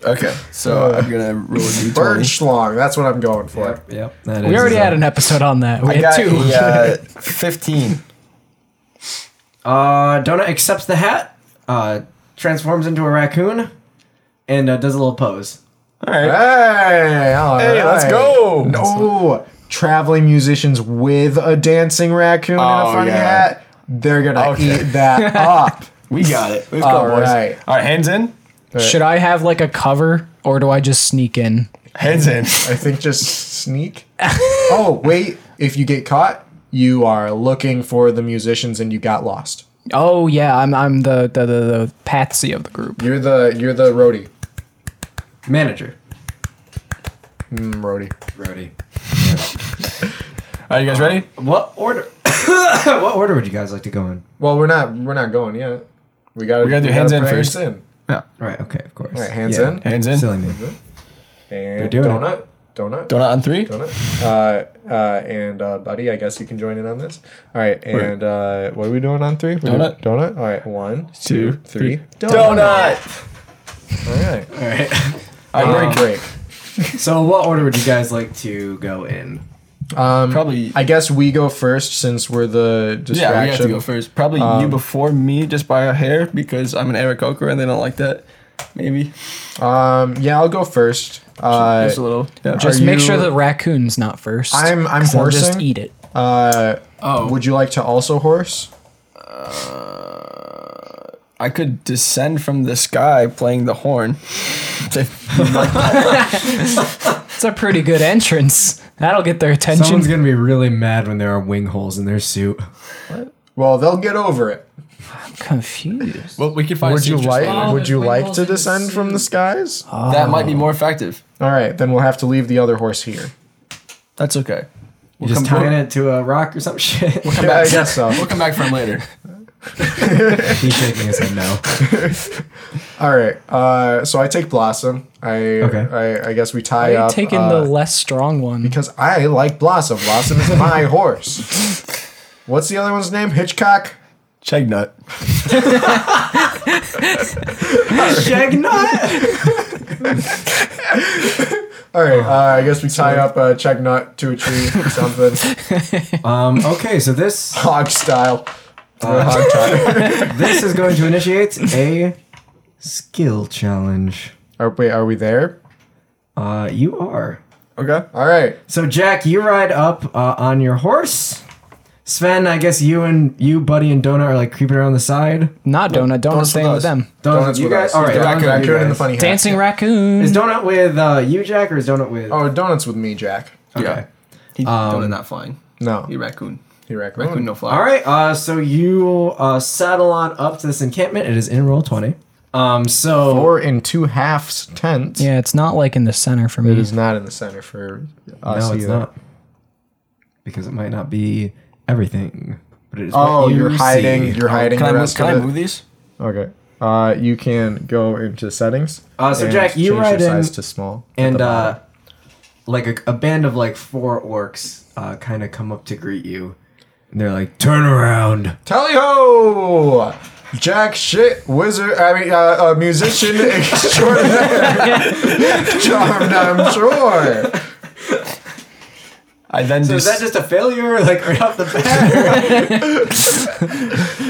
Okay, Uh, so I'm gonna roll a d20. Bird schlong. That's what I'm going for. Yep. We already had an episode on that. We I had got a, two. uh, 15. Uh, Donut accepts the hat, uh, transforms into a raccoon, and uh, does a little pose. Hey, all Hey, let's right. go. No, traveling musicians with a dancing raccoon and Oh, a funny yeah. hat. They're gonna Okay. eat that up. We got it. Let's All go, boys. right. All right, hands in. Should I have like a cover or do I just sneak in? Hands in. I think just sneak. oh wait, if you get caught, you are looking for the musicians and you got lost. Oh yeah, I'm I'm the the the, the patsy of the group. You're the you're the roadie. Manager. Mm, roadie. Rody. Are you guys ready? What order? what order would you guys like to go in? Well, we're not we're not going yet. We gotta We gotta do hands in practice first. In. Right. Okay. Of course. All right, hands in. Hands in. Silly me. And doing it. donut, donut, Donut on three. donut. Uh, uh, and uh, buddy, I guess you can join in on this. All right, and uh, what are we doing on three? We're doing Donut. donut. All right, one, Two, three. Donut. All right, All right. I break, break. break. so, what order would you guys like to go in? Um, Probably. I guess we go first since we're the distraction. yeah, we have to go first. Probably you before me, just by a hair, because I'm an Eric Oker and they don't like that. Maybe Um, yeah, I'll go first. Uh, just a little. Yeah. Just Are make you- sure the raccoon's not first. I'm- I'm 'cause they'll Just horsing. eat it. uh, Oh. would you like to also horse? I could descend from the sky playing the horn. It's a pretty good entrance. That'll get their attention. Someone's gonna be really mad when there are wing holes in their suit. Well, they'll get over it. confused. well, we could find. Would you like? Oh, would there's you like wrinkles to in the descend from the skies? That might be more effective. All right, then we'll have to leave the other horse here. That's okay. We'll Just come, tying we'll, it to a rock or some shit. come Yeah, I back. guess so. We'll come back for him later. He's shaking his head no. All right. Uh, so I take Blossom. I Okay. I, I guess we tie Are you up. taking uh, the less strong one? because I like Blossom. Blossom is my horse. What's the other one's name? Hitchcock. Chegnut. Shagnut! All right. Uh, I guess we tie up a check nut to a tree or something, Um, okay, so this hog style. Uh, Or hog tie. this is going to initiate a skill challenge. Are, wait, are we there? Uh, you are. Okay. All right. So Jack, you ride up uh, on your horse. Sven, I guess you and you, Buddy, and Donut are like creeping around the side. Not donut. Donut's Donut's staying with with us. them. Donut, Donuts you with guys. us. All right, The Donut, raccoon, you raccoon and the guys. funny hat. Dancing raccoon. Mm-hmm. Is Donut with uh, you, Jack, or is Donut with? Oh, donuts with me, Jack. Oh, Yeah. He um, not flying. No, He raccoon. he raccoon. Raccoon no fly. All right. Uh, so you uh, saddle on up to this encampment. It is in roll twenty. Um. So Or in two halves tents. yeah, it's not like in the center for me. It is not in the center for us no, it's either. not. Because it might not be everything, but it is. Oh, what you you're see. Oh, hiding. You're hiding Can I the move, rest can I of move these? it. Okay. Uh, you can go into settings. Uh, so and Jack, you change ride your in size to small. at and the uh, bottom. like a, a band of like four orcs uh, kind of come up to greet you and they're like turn around Tally ho! Jack shit wizard, I mean, uh, a musician extraordinaire. Charmed, I'm sure. I then so is just, that just a failure like right off the bat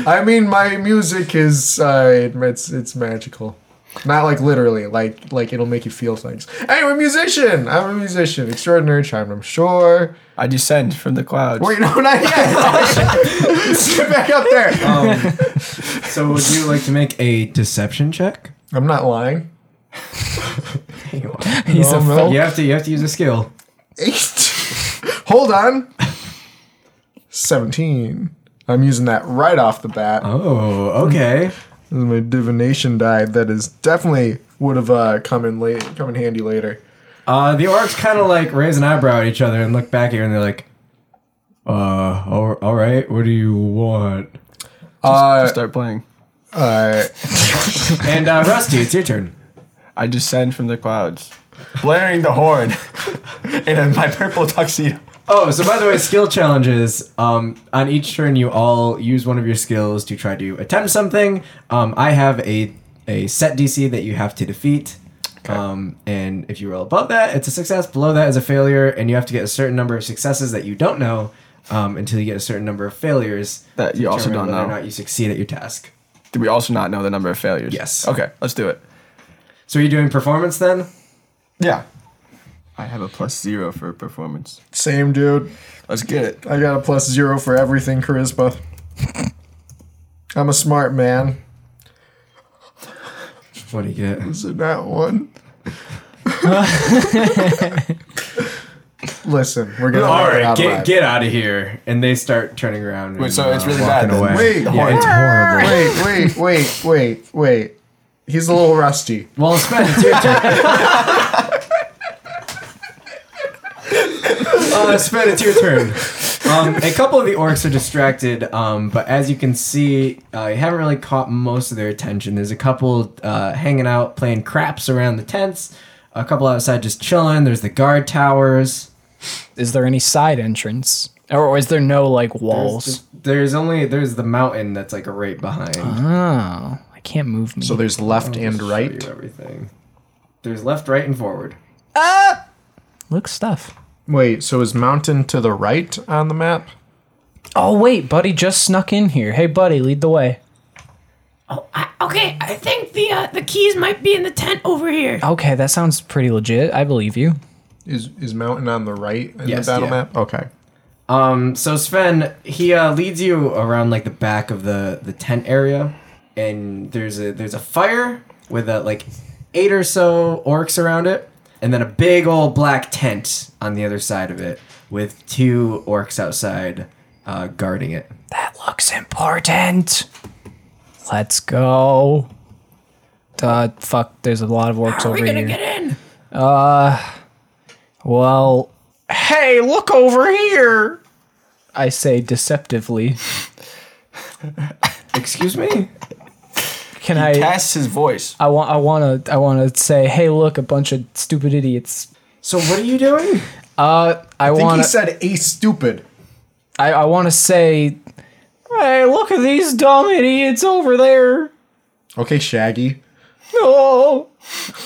I mean, my music is, uh, it's, it's magical. Not like literally, like like it'll make you feel things. Anyway, musician. I'm a musician, extraordinary child, I'm sure. I descend from the clouds. Wait, no, not yet. Sit back up there. So would you like to make a deception check? I'm not lying. He's No, a no. folk. You have to you have to use a skill. Eight. Hold on. Seventeen. I'm using that right off the bat. Oh, okay. This is my divination die that is definitely would have uh, come in late, come in handy later. Uh, the orcs kind of like raise an eyebrow at each other and look back at you and they're like, "Uh, all, all right, what do you want?" Uh, Start playing. uh, And uh, Rusty, it's your turn. I descend from the clouds, blaring the horn in my purple tuxedo. Oh, so by the way, skill challenges. Um, on each turn, you all use one of your skills to try to attempt something. Um, I have a a set DC that you have to defeat. Um, and if you roll above that, it's a success. Below that is a failure, and you have to get a certain number of successes that you don't know um, until you get a certain number of failures That to you also determine don't whether or know. not you succeed at your task. Do we also not know the number of failures? Yes. Okay, let's do it. So are you doing performance then? Yeah. I have a plus zero for performance. same dude. Let's get it. I got a plus zero for everything charisma. I'm a smart man. What do you get? Is it that one? Listen, we're gonna All make it right, out get alive. get out of here, and they start turning around. and, Wait, so it's uh, really walking bad then? Away. Wait, The yeah, horn. it's horrible. wait, wait, wait, wait, wait. He's a little rusty. Well, Sven, it's your turn. uh, Sven, it's your turn. Um, a couple of the orcs are distracted, um, but as you can see, uh, you haven't really caught most of their attention. There's a couple uh, hanging out, playing craps around the tents. A couple outside just chilling. There's the guard towers. Is there any side entrance? Or, or is there no like walls? There's, there's only there's the mountain that's like right behind. oh, I can't move me. So there's left and Show right. you everything. There's left, right, and forward. Look stuff. Wait, so is mountain to the right on the map? Oh wait, buddy just snuck in here. Hey buddy, lead the way. Oh, I, okay, I think the uh, the keys might be in the tent over here. Okay, that sounds pretty legit. I believe you. Is is mountain on the right in Yes, the battle yeah. map? Okay. Um, so Sven, he uh, leads you around like the back of the the tent area, and there's a there's a fire with uh, like eight or so orcs around it, and then a big old black tent on the other side of it with two orcs outside uh, guarding it. That looks important. Let's go. Uh, fuck. There's a lot of orcs How are over we gonna here. get in? Well, hey, look over here. I say deceptively. Excuse me. Can I? Casts his voice. I want. I want to. I want to say, hey, look, a bunch of stupid idiots. So what are you doing? Uh, I I think want. he said a stupid. I, I want to say, hey, look at these dumb idiots over there. Okay, Shaggy. Oh.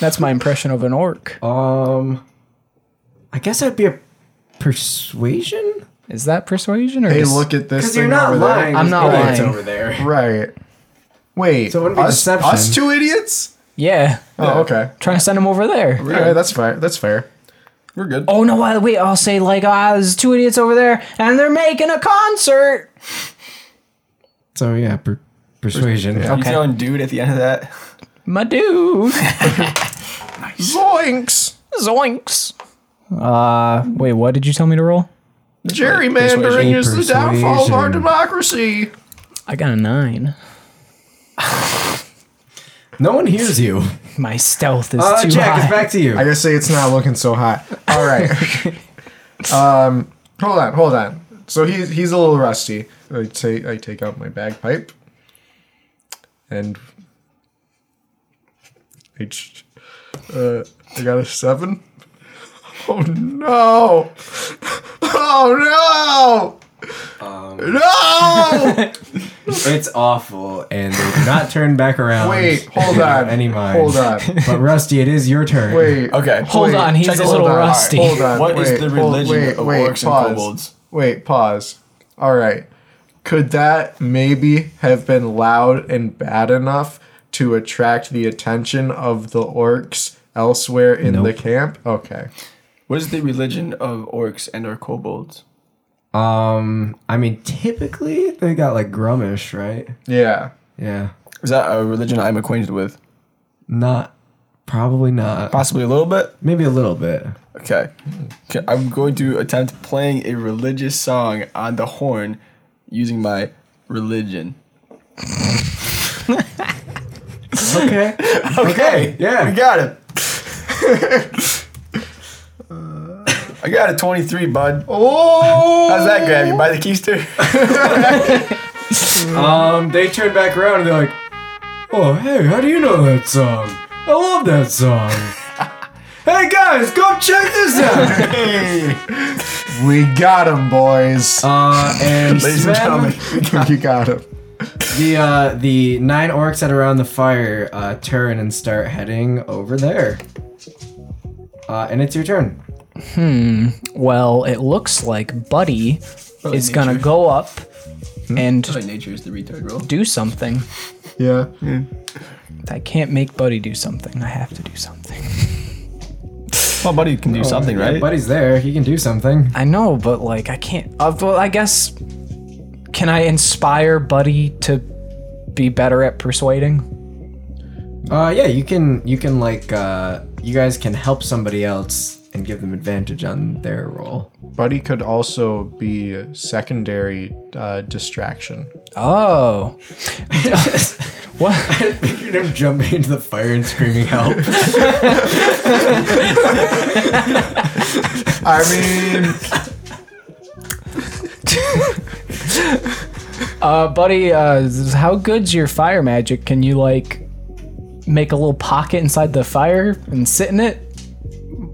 That's my impression of an orc. Um, I guess that'd be a persuasion Is that persuasion or? Hey, dis- look at this because thing you're not over lying. I'm not It's lying. over there. there. Right. Wait. So it wouldn't be us, deception. us two idiots? Yeah. Oh, okay. Trying to send him over there. All right, that's fair. That's fair. We're good. Oh no! I- Wait, I'll say like, ah, there's two idiots over there, and they're making a concert. So yeah, per- persuasion. Oh, You okay. throwing dude at the end of that? My dude. Zoinks! Zoinks. Uh, wait, what did you tell me to roll? Gerrymandering is the downfall of our Persuasion. democracy. I got a nine. No one hears you. My stealth is Uh, too Jack, high. it's back to you. I gotta say, it's not looking so hot. All right. um, hold on, hold on. So he's he's a little rusty. I take I take out my bagpipe, and I, ch- uh, I got a seven. Oh no! Oh no! no! It's awful, and they do not turn back around. Wait, hold in on. Any mind. Hold on. But Rusty, it is your turn. Wait. Okay. Hold Wait, on, he's check a this little out. rusty. Hold on. What is wait, the hold- religion of orcs and pause. kobolds? Wait, pause. All right. Could that maybe have been loud and bad enough to attract the attention of the orcs elsewhere in the Nope. camp? Okay. What is the religion of orcs and or kobolds? Um, I mean, typically they got like Grumish, right? Yeah. Yeah, Is that a religion I'm acquainted with? not probably not. Possibly a little bit. Maybe a little bit. Okay. okay. I'm going to attempt playing a religious song on the horn using my religion. Okay. okay. I Yeah. got it. I got a 23, bud. Oh! How's that grab you by the keister? Um, they turn back around and they're like, "Oh, hey, how do you know that song? I love that song." hey guys, come check this out. We got him, boys. uh, and Ladies and Sven- gentlemen. you got him. the uh, the nine orcs that are around the fire uh, turn and start heading over there. Uh, and it's your turn. Well, it looks like Buddy is gonna go up and Nature is the retard role. do something. Yeah. I can't make Buddy do something. I have to do something. Well, Oh, buddy can do something, right? Buddy's there. He can do something. I know, but like I can't. Uh, well, I guess can I inspire Buddy to be better at persuading? Uh, yeah, you can. You can like. Uh, you guys can help somebody else and give them advantage on their roll. Buddy could also be a secondary uh, distraction. Oh, I figured him jumping into the fire and screaming help. I mean, uh, Buddy, uh, how good's your fire magic? Can you like make a little pocket inside the fire and sit in it?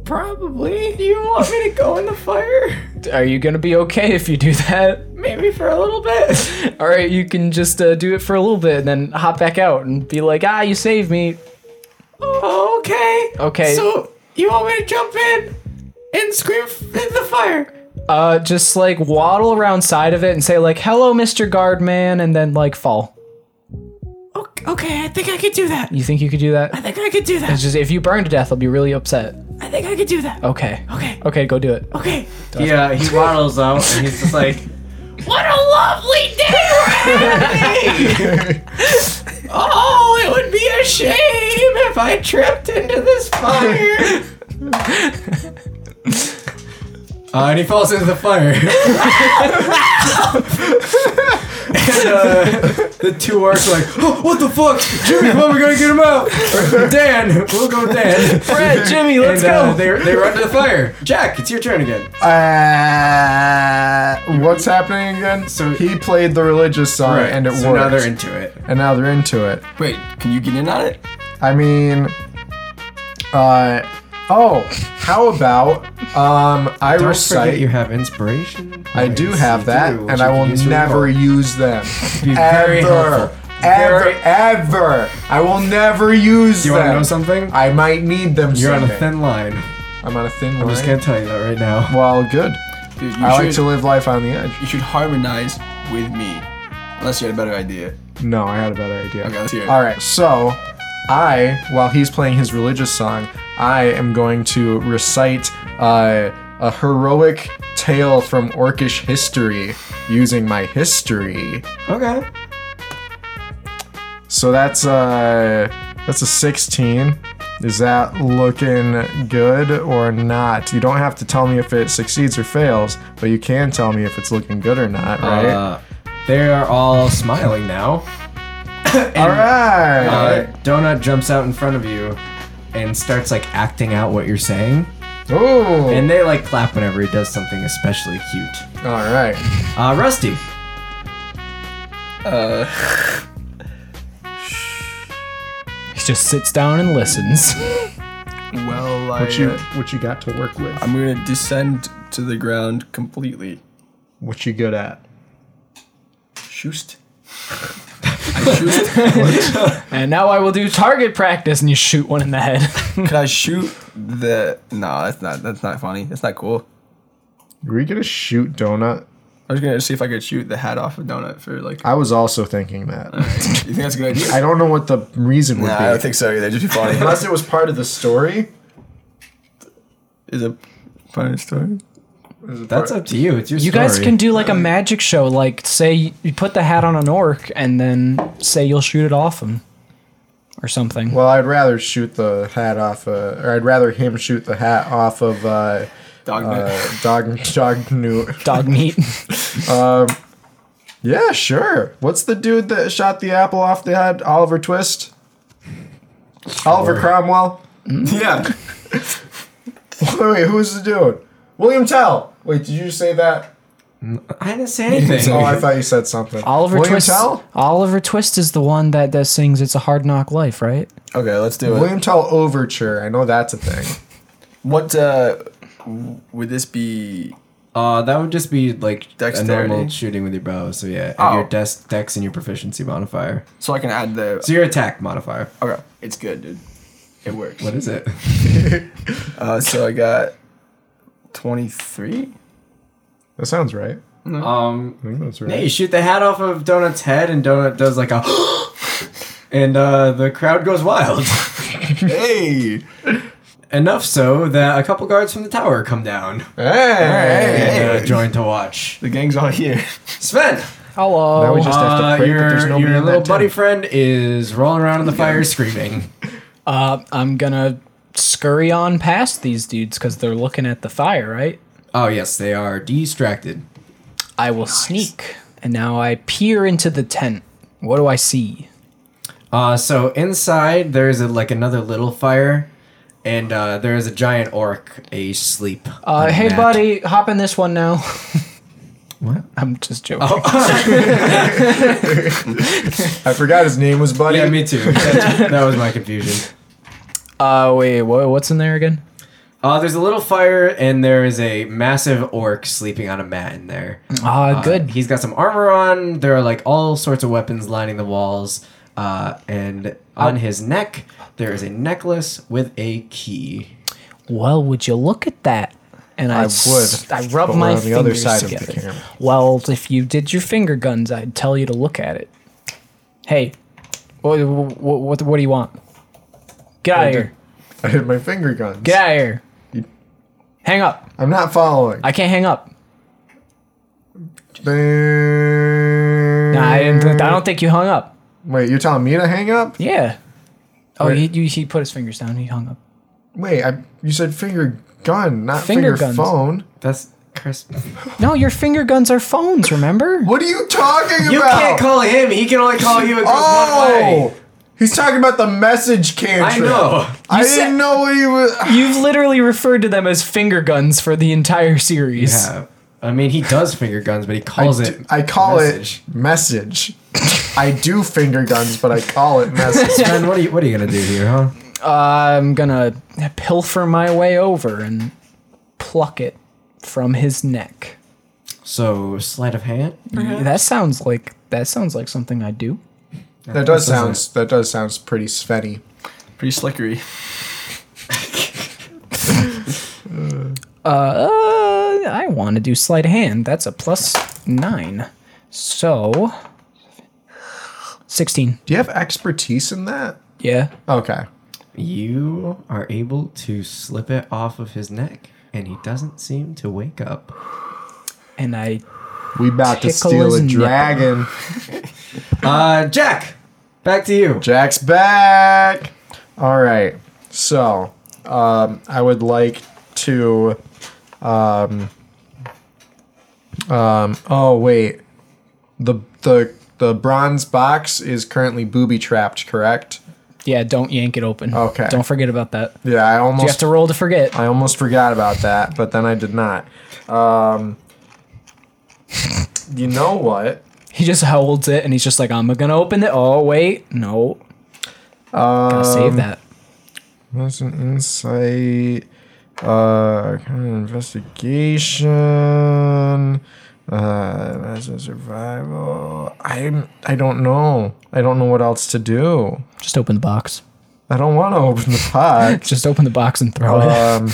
Probably. Do you want me to go in the fire? Are you gonna be okay if you do that? Maybe for a little bit. All right, you can just uh, do it for a little bit and then hop back out and be like, ah, you saved me. Oh, okay. Okay. So you want me to jump in and scream f- in the fire? Uh, just like waddle around side of it and say like, hello, Mr. Guardman, and then like fall. Okay, okay, I think I could do that. You think you could do that? I think I could do that. It's just if you burn to death, I'll be really upset. I think I could do that. Okay. Okay, Okay, go do it. okay. Yeah, he waddles out and he's just like, What a lovely day we're having! "Oh, it would be a shame if I tripped into this fire." uh, and he falls into the fire. and uh, the two orcs are like, oh, "What the fuck, Jimmy? When are we gonna get him out?" Or, Dan, we'll go, with Dan. Fred, Jimmy, let's and, uh, go. They they run to the fire. Jack, it's your turn again. uh, what's happening again? So So- he played the religious song and it so now worked. they're into it. and now they're into it. Wait, can you get in on it? I mean, uh, oh, how about um, I recite. have inspiration. I do have that, and I will never use them. Be ever, very helpful. ever, Very- ever. I will never use Do you them. want to know something? I might need them. You're on a someday. thin line. I'm on a thin line. I'm just gonna tell you that right now. Well, good. Dude, you, I should, like to live life on the edge. you should harmonize with me. Unless you had a better idea. No, I had a better idea. Okay, let's hear it. All right, so I, while he's playing his religious song, I am going to recite uh, a heroic tale from Orcish history using my history. Okay. So that's uh that's a 16. Is that looking good or not? You don't have to tell me if it succeeds or fails, but you can tell me if it's looking good or not, right? Uh, they are all smiling now. All right. Uh, Donut jumps out in front of you and starts like acting out what you're saying. uh, Ooh. And they like clap whenever he does something especially cute. All right. Uh, Rusty. He just sits down and listens. Well, I, What you uh, what you got to work with? I'm gonna descend to the ground completely. What you good at? Shoost. I shoost. And now I will do target practice, and you shoot one in the head. Can I shoot the? No, that's not. That's not funny. That's not cool. Are we gonna shoot donut? I was gonna see if I could shoot the hat off a donut for like. I was also thinking that. you think that's a good idea? I don't know what the reason would Nah, I don't be. think so either. Just be funny. Unless it was part of the story. Is a funny story. That's up to you. It's your You guys can do like a magic show. Like, say you you put the hat on an orc and then say you'll shoot it off him or something. Well, I'd rather shoot the hat off, uh, or I'd rather him shoot the hat off of uh, Dog uh, dog dog new. Dog meat. Yeah, sure. What's the dude that shot the apple off the head? Oliver Twist. Oliver Cromwell. Yeah. Wait, who's the dude? William Tell. Wait, did you say that? I didn't say anything. Oh, I thought you said something. Oliver William Twist. Tell. Oliver Twist is the one that, that sings "It's a Hard Knock Life," right? okay, let's do it. William Tell Overture. I know that's a thing. What uh, w- would this be? Uh, that would just be like a Dexterity. normal shooting with your bow. So yeah, and Oh. your dex, dex and your proficiency modifier. So I can add the. So your attack modifier. Okay, it's good, dude. It works. What is it? Uh, so I got Twenty three. That sounds right. Um, I think that's right. yeah, you shoot the hat off of Donut's head, and Donut does like a, and uh, the crowd goes wild. Hey. Enough so that a couple guards from the tower come down Hey. and uh, join to watch. The gang's all here. Sven, Hello. Now we just have to uh, pray that there's your, nobody in your that little buddy tent. friend is rolling around in the fire screaming. Uh, I'm gonna scurry on past these dudes because they're looking at the fire, right? Oh yes, they are distracted. I will sneak, and now I peer into the tent. What do I see? Uh, so inside there's a, like another little fire, and uh, there is a giant orc asleep. on Uh, a hey, mat. buddy, hop in this one now. What? I'm just joking. I forgot his name was Buddy. Yeah, me too. That's- that was my confusion. Uh, wait, what, what's in there again? Uh, there's a little fire, and there is a massive orc sleeping on a mat in there. Uh, Ah, good. He's got some armor on. There are like all sorts of weapons lining the walls. Uh, and on his neck, there is a necklace with a key. Well, would you look at that? And I, I s- would, I rub but my we're on the other fingers side of the together. camera. well, if you did your finger guns, I'd tell you to look at it. Hey, what what what, what do you want? Get out of here! I hit my finger guns. Get out of here! Hang up! I'm not following. I can't hang up. Nah, Nah, I didn't. I don't think you hung up. Wait, you're telling me to hang up? Yeah. Oh, he, you, he put his fingers down. He hung up. Wait, I, you said finger gun, not Finger finger, guns. phone. That's Chris. No, your finger guns are phones. Remember? What are you talking You about? can't call him. He can only call you. It goes one way. oh, he's talking about the message I cantrip. know. I You said- didn't know what he was. You've literally referred to them as finger guns for the entire series. Yeah. I mean, he does finger guns, but he I, calls do- it. I call message. it message. I do finger guns, but I call it message. Ben, what are you what are you gonna do here, huh? I'm gonna pilfer my way over and pluck it from his neck. So sleight of hand. That sounds like that sounds like something I do. that does sound. That does sound pretty svenny. Pretty slickery. Uh, I want to do sleight of hand. That's a plus nine, so sixteen. Do you have expertise in that? Yeah. Okay. You are able to slip it off of his neck, and he doesn't seem to wake up. And I We about to Tickle steal his a nipple. dragon. Uh, Jack, back to you. Jack's back. All right. So, um, I would like to. Um, um, oh wait, the the the bronze box is currently booby trapped. Correct. yeah. Don't yank it open. Okay. Don't forget about that. Yeah, I You have almost to roll to forget. I almost forgot about that, but then I did not. Um, you know what? He just holds it and he's just like, I'm gonna open it. Oh wait, no. Gotta save that. That's an insight. Uh, kind of investigation. Uh, that's a survival. I'm. I don't know. I don't know what else to do. Just open the box. I don't want to open the pack. Just open the box and throw it. um,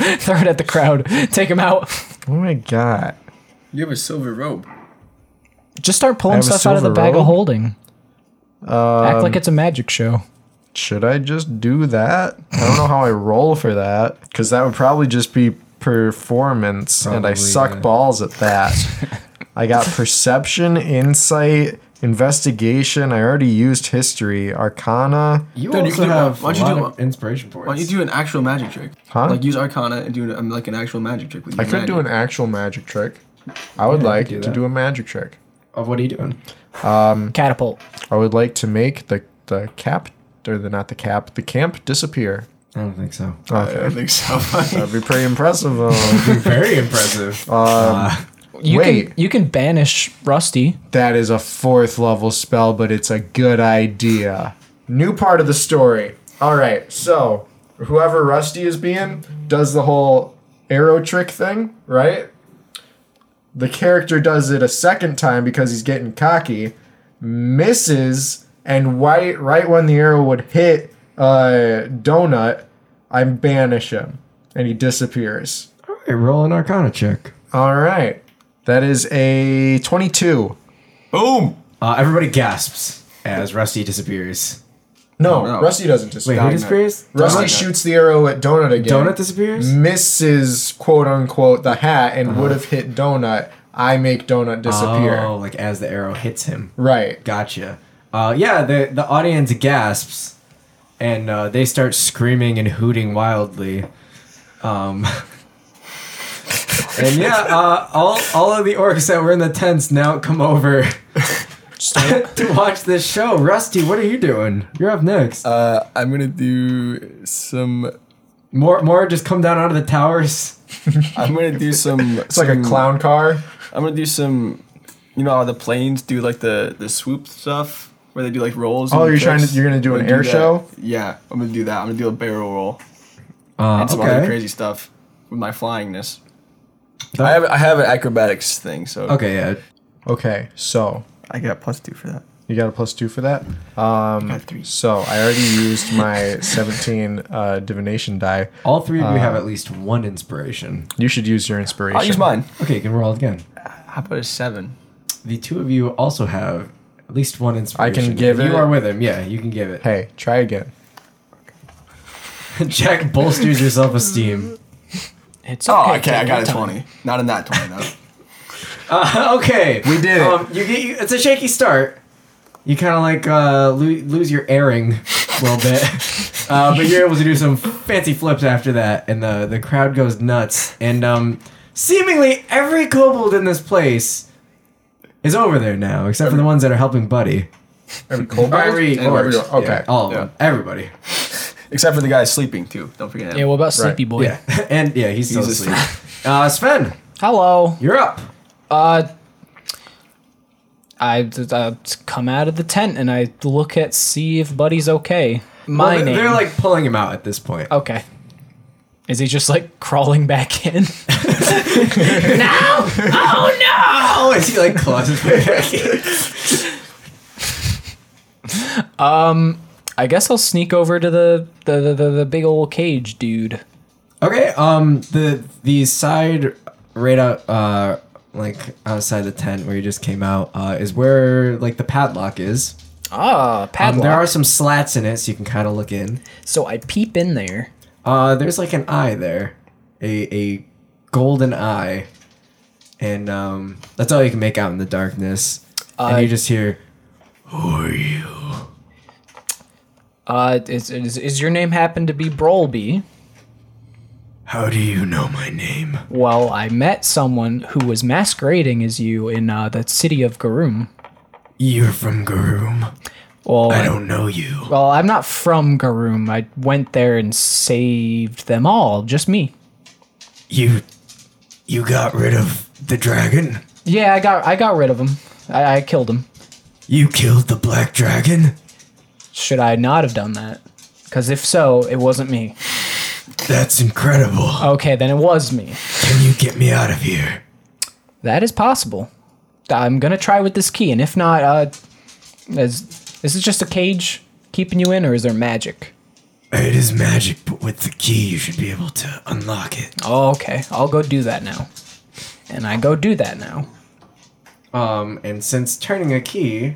Oh throw it at the crowd. Take him out. what do I got? You have a silver robe. Just start pulling have a stuff out of the silver bag robe. of holding. Act like it's a magic show. Should I just do that? I don't know how I roll for that because that would probably just be performance, and I Probably, suck yeah. balls at that. I got perception, insight, investigation. I already used history, arcana. You Dude, you also can do- have why don't a you lot do of a- inspiration points. Why don't you do an actual magic trick? Huh? Like use Arcana and do an, um, like an actual magic trick with your I could do an magic. actual magic trick. I would like do to that. do a magic trick. of what are you doing? Catapult. I would like to make the the cap or the not the cap the camp disappear. I don't think so. I don't think so. buddy. That'd be pretty impressive. Though. Very impressive. You Wait. can you can banish Rusty. that is a fourth level spell, but it's a good idea. New part of the story. All right, so whoever Rusty is being does the whole arrow trick thing, right? The character does it a second time because he's getting cocky, misses, and right, right when the arrow would hit uh, Donut, I banish him, and he disappears. Hey, roll an Arcana check. All right, that is a 22. Boom! Uh, everybody gasps as Rusty disappears. No, no. Rusty doesn't disappear. Who disappears? Rusty shoots the arrow at Donut again. Donut disappears? misses quote unquote the hat and would have hit Donut. I make Donut disappear. Oh, like as the arrow hits him. Right. Gotcha. Uh, yeah, the the audience gasps, and uh, they start screaming and hooting wildly. Um, and yeah, uh, all all of the orcs that were in the tents now come over to watch this show. Rusty, what are you doing? You're up next. Uh, I'm gonna do some. more more just come down out of the towers. I'm gonna do some. It's like a clown car. I'm gonna do some. You know how the planes do like the the swoop stuff where they do like rolls. and Oh, you're trying to- tricks? you're gonna do I'm an gonna air that. show? Yeah, I'm gonna do that. I'm gonna do a barrel roll Uh, and some other okay. crazy stuff with my flyingness. That- I have I have an acrobatics thing, so Okay. Yeah. Okay, so I got plus two for that. you got a plus two for that. I got three. So I already used my 17 uh, divination die. All three of you have at least one inspiration. You should use your inspiration. I'll use mine. Okay, you can roll again. How about a seven? The two of you also have at least one I inspiration. can give if it- You are with him. Yeah, you can give it. Hey, try again. Jack bolsters your self esteem. It's Oh, okay, I got a take your time. twenty. Not in that twenty though. okay, We did it. Um, you get you, it's a shaky start. You kind of like uh, lo- lose your airing a little bit, uh, but you're able to do some fancy flips after that, and the the crowd goes nuts. And um, seemingly every kobold in this place is over there now, except for the ones that are helping Buddy. Every cold Every And every orc. orc, Okay. Yeah, all of Yeah. them. Everybody. Except for the guy sleeping too. Don't forget him. Yeah, what about Sleepy Boy? Yeah, and yeah, he's still He's asleep. Uh, Sven, Hello. you're up. Uh, I, I come out of the tent and I look at see if Buddy's okay. My Well, they- name. They're like pulling him out at this point. okay. Is he just like crawling back in? Oh, is he like claws his way back in? I guess I'll sneak over to the the, the, the, the big old cage dude. Okay. Um. The the side right out. Uh. Like outside the tent where you just came out. Uh. Is where like the padlock is. Ah, Um, padlock. there are some slats in it, so you can kind of look in. so I peep in there. Uh. There's like an eye there, a a golden eye, and um. That's all you can make out in the darkness. and I- you just hear. Uh, is, is, is your name happen to be Brolby? How do you know my name? Well, I met someone who was masquerading as you in uh, the city of Garum. You're from Garum. Well, I don't know you. Well, I'm not from Garum. I went there and saved them all, just me. You you got rid of the dragon? Yeah, I got I got rid of him. I, I killed him. You killed the black dragon? Should I not have done that? Because if so, it wasn't me. That's incredible. Okay, then it was me. Can you get me out of here? That is possible. I'm gonna try with this key, and if not, uh, is this is just a cage keeping you in, or is there magic? It is magic, but with the key you should be able to unlock it. Oh, okay, I'll go do that now. And and I go do that now. Um, and since turning a key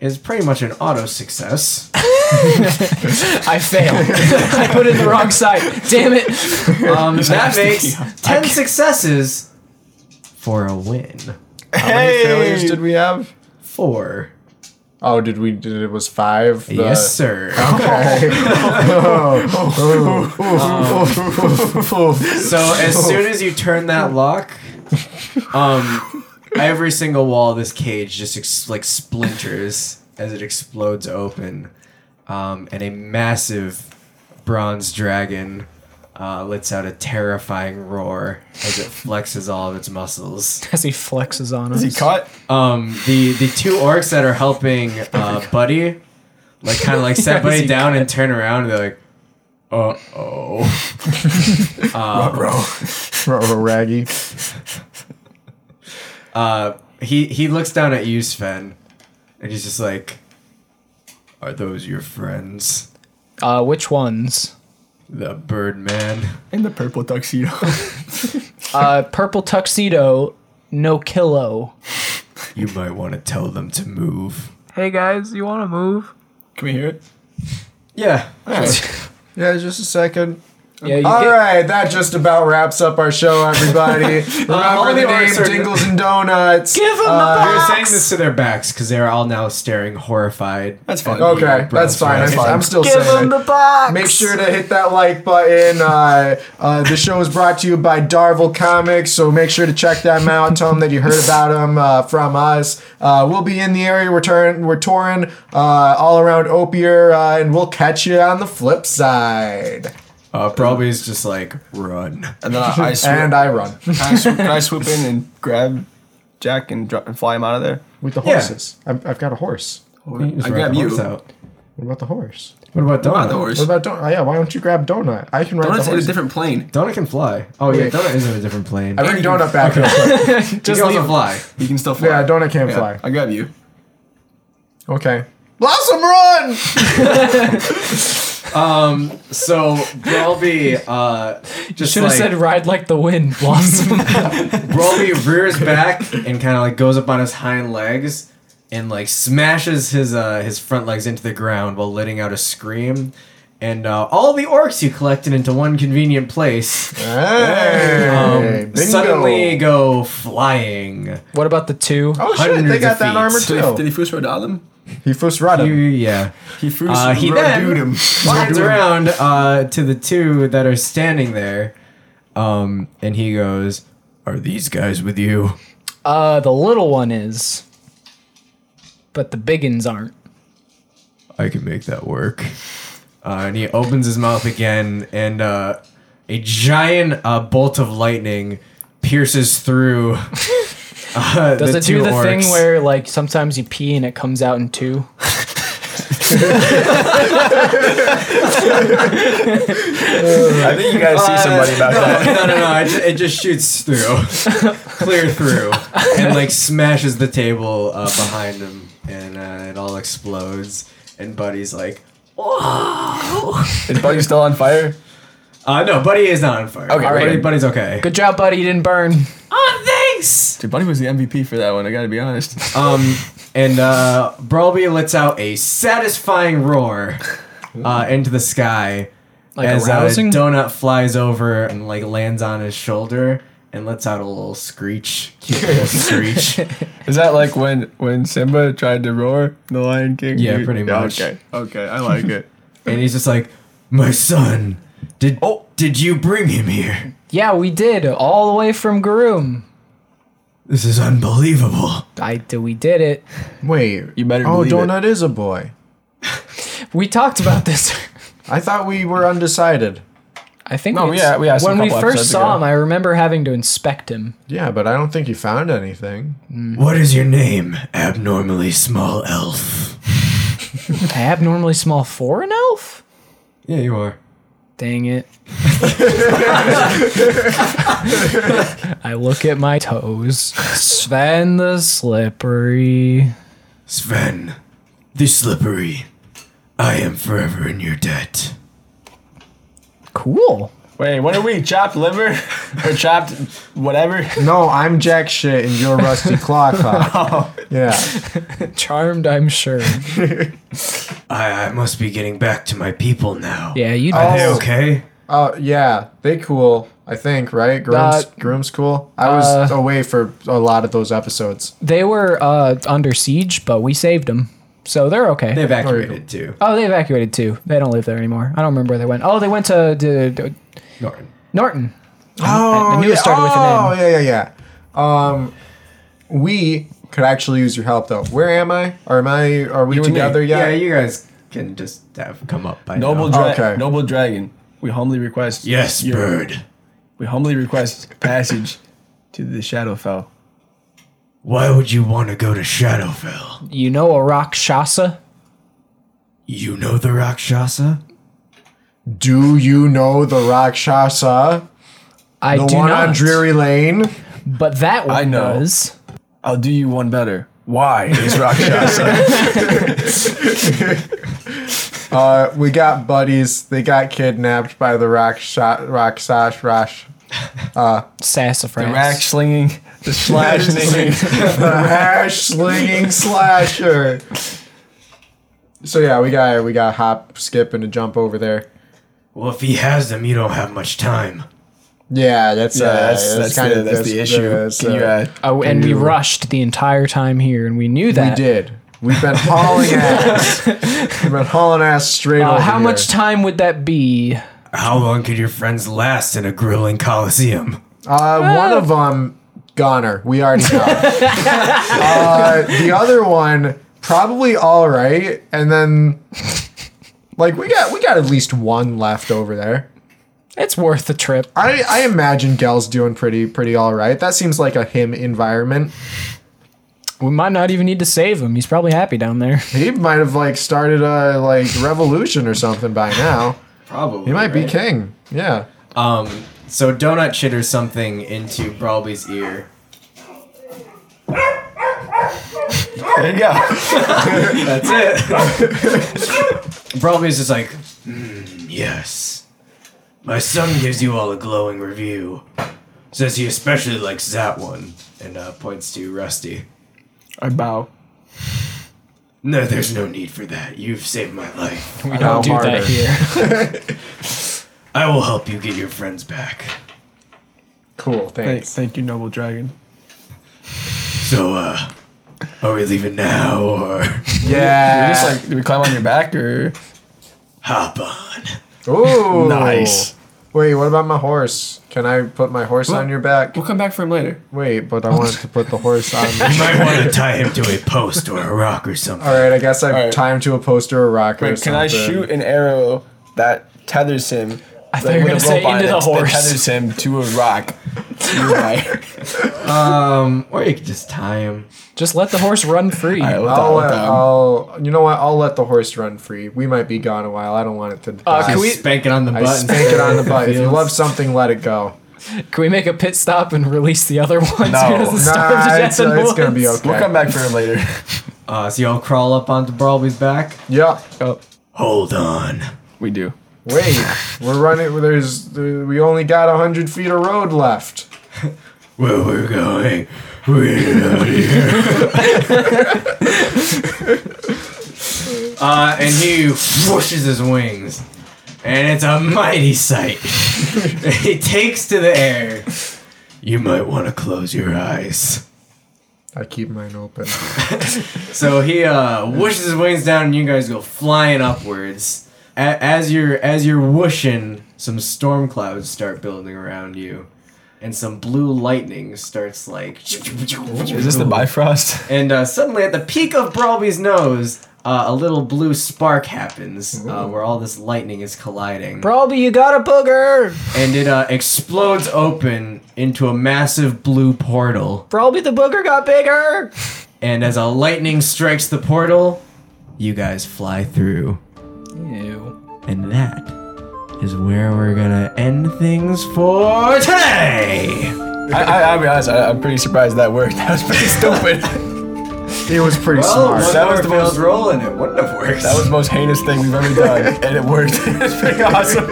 is pretty much an auto success, I fail. I put it in the wrong side. Damn it. um, that makes 10 successes for a win. many failures did we have? Four. Oh, did we? Did it was five? Uh, The- yes, sir. So as soon as you turn that lock, um, every single wall of this cage just ex- like splinters as it explodes open, um, and a massive bronze dragon uh, lets out a terrifying roar as it flexes all of its muscles. As he flexes on us. Is he caught? Um, the the two orcs that are helping uh, Buddy, like kind of like set Yes, Buddy he down and turn around and they're like, uh oh. Raggy. Uh, he he looks down at you, Sven, and he's just like, "Are those your friends, Uh, which ones? the Birdman?" In the purple tuxedo. Uh, purple tuxedo, no kilo. You might want to tell them to move. Hey guys, you want to move? Can we hear it? Yeah. Yeah, just a second. Yeah, you All get- right, that just about wraps up our show, everybody. Remember all the the name orcs are- Dingles and Donuts. Give him We the were box. saying this to their backs because they are all now staring horrified. That's fine. Okay, that's fine. That's fine. I'm still Give saying him it. the box. Make sure to hit that like button. Uh, uh, the show is brought to you by Darvel Comics, so make sure to check them out. Tell them that you heard about them uh, from us. Uh, we'll be in the area. We're, turn- we're touring uh, all around Opier, uh, and we'll catch you on the flip side. Uh, probably is just like run. And then I, I, sw- And I run I sw- can I swoop in and grab Jack and, dro- and fly him out of there? with the Yeah. horses. I'm- I've got a horse. I grab you. What about the horse? What Not about Donna? the What horse. about Donut? Oh, yeah, why don't you grab Donut? I can ride Donut's the in a horse. different plane. Donna can fly. Oh yeah, Wait. Donna is in a different plane. I bring Donut back real quick. Just can also fly. You can still fly. Yeah, Donut can't Yeah, fly. I grab you. Okay. Blossom, run! So Brawlby, uh, just Should have like, said ride like the wind, Blossom. Roby rears back and kind of like goes up on his hind legs and like smashes his uh, his front legs into the ground while letting out a scream. And uh, all the orcs you collected into one convenient place Hey, Um, bingo. suddenly go flying. what about the two? Oh shit! hundreds They of got that feet. armor Did he, did too. he first Rodalum? He first run You, him. yeah. He first Uh, he then him. turns around uh, to the two that are standing there, um, and he goes, "Are these guys with you?" Uh, the little one is, but the big uns aren't. I can make that work. Uh, and he opens his mouth again, and uh, a giant uh, bolt of lightning pierces through. Uh, Does the it two do the orcs. thing where like sometimes you pee and it comes out in two? I think you guys see somebody about that. No, no, no! It just, it just shoots through, clear through, and like smashes the table uh, behind him, and uh, it all explodes. And Buddy's like, Is Buddy still on fire? uh, "No, Buddy is not on fire. Okay, Buddy, right. Buddy's okay." Good job, buddy. You didn't burn. Oh, Dude, Buddy was the MVP for that one. I gotta be honest. Um, and uh, Broby lets out a satisfying roar uh, into the sky Like as uh, arousing. Donut flies over and like lands on his shoulder and lets out a little screech, cute little screech. Is that like when when Simba tried to roar the Lion King? Yeah, You- pretty much. Okay, okay, I like it. And he's just like, "My son, did oh did you bring him here? yeah, we did all the way from Garoom. This is unbelievable." I did. We did it. Wait, You better Oh, believe it. Donut is a boy. We talked about this. I thought we were undecided. I think. No, we, yeah, we asked him a when we couple first episodes saw ago. him. I remember having to inspect him. Yeah, but I don't think you found anything. What is your name, abnormally small elf? Abnormally small for an elf. Yeah, you are. Dang it. I look at my toes. Sven the slippery. Sven, the slippery. I am forever in your debt. Cool. Wait, what are we? Chopped liver or chopped whatever? No, I'm jack shit and you're rusty clock Oh. hop. Yeah. Charmed, I'm sure. I, I must be getting back to my people now. Yeah, you Are they know. okay? Uh, yeah, they cool. I think right. Groom's, Uh, Groom's cool. I was uh, away for a lot of those episodes. They were uh, under siege, but we saved them, so they're okay. They evacuated to oh, they evacuated too. They don't live there anymore. I don't remember where they went. Oh, they went to, to, to Norton. Norton. Oh, I knew it started with an N. Oh, yeah, yeah, yeah. Um, we could actually use your help though. Where am I? Are am I? Are we You're to me. together Yeah, yet? you guys can just have come up by Noble, now. Oh, dra- Okay. noble dragon. We humbly request. Yes, your- bird. We humbly request passage to the Shadowfell. Why would you want to go to Oh. Shadowfell? You know a Rakshasa? You know the Rakshasa? Do you know the Rakshasa? I The do one not. on Dreary Lane. But that one I know. does. I'll do you one better. Why is Rakshasa? Uh, we got buddies. They got kidnapped by the Raksha Raksash Rash. Sassafras. Rack slinging, the slash slinging. the rash slinging slasher. So yeah, we got we got hop, skip, and a jump over there. Well, if he has them, you don't have much time. Yeah, that's uh, Yeah, that's, that's, kinda- the, that's the issue. that's, Can you, uh, uh, Oh, and we rushed the entire time here, and we knew we that. did. We've been hauling ass. We've been hauling ass straight Uh, over how here. much time would that be? How long could your friends last in a grilling coliseum? uh, one of them, goner. We already know. uh, the other one, probably all right. And then, like, we got we got at least one left over there. It's worth the trip. I, I imagine Gel's doing pretty pretty all right. That seems like a him environment. We might not even need to save him. He's probably happy down there. He might have like started a like revolution or something by now. probably. He might be king. Yeah. Um, so Donut chitters something into Brawlby's ear. There you go. That's it. Brawlby's just like, "Hmm, yes. My son gives you all a glowing review. Says he especially likes that one, and uh, points to Rusty. I bow. No, there's no need for that. You've saved my life. We don't do harder. that here. I will help you get your friends back. Cool. Thank, Thanks. thank you, noble dragon. So, uh, are we leaving now or Yeah. Just like, do we climb on your back or? hop on? Ooh. Wait, what about my horse? Can I put my horse on your back? We'll come back for him later. Wait, but I wanted to put the horse on. You might want to tie him to a post or a rock or something. all right, I guess I've right. timed to a poster or a rock or Wait, can I something. shoot an arrow that tethers him? I thought you were gonna say into the horse. That tethers him to a rock. Nearby. Um, or you could just tie him. Just let the horse run free. All right, we'll I'll, dial it let, down. I'll, you know what? I'll let the horse run free. We might be gone a while. I don't want it to. Uh, die. can we- spank it on the I butt. spank it on the butt. If you love something, let it go. Can we make a pit stop and release the other one? No. so he doesn't Nah, starve to Nah, death it's, in uh, the it's gonna be woods? okay. We'll come back for him later. Uh, so y'all crawl up onto Brawlby's back. Yeah. oh, Hold on. we do. Wait, we're running. There's there, we only got hundred feet of road left. Where we're going, we get out of here. uh, and he whooshes his wings, and it's a mighty sight. he takes to the air. You might want to close your eyes. I keep mine open. So he uh, whooshes his wings down, and you guys go flying upwards. A- as you're as you're whooshing, some storm clouds start building around you, and some blue lightning starts like. Is this the Bifrost? And uh, suddenly, at the peak of Brawlby's nose, uh, a little blue spark happens uh, where all this lightning is colliding, Brawlby, you got a booger! and it uh, explodes open into a massive blue portal. Brawlby, the booger got bigger! And as a lightning strikes the portal, you guys fly through. Ew. And that is where we're gonna end things for today. I, I, I'll be honest, I, I'm pretty surprised that worked. That was pretty stupid. It was pretty smart. that was the most- roll, and it wouldn't have worked. that was the most heinous thing we've ever done, and it worked. it's pretty awesome.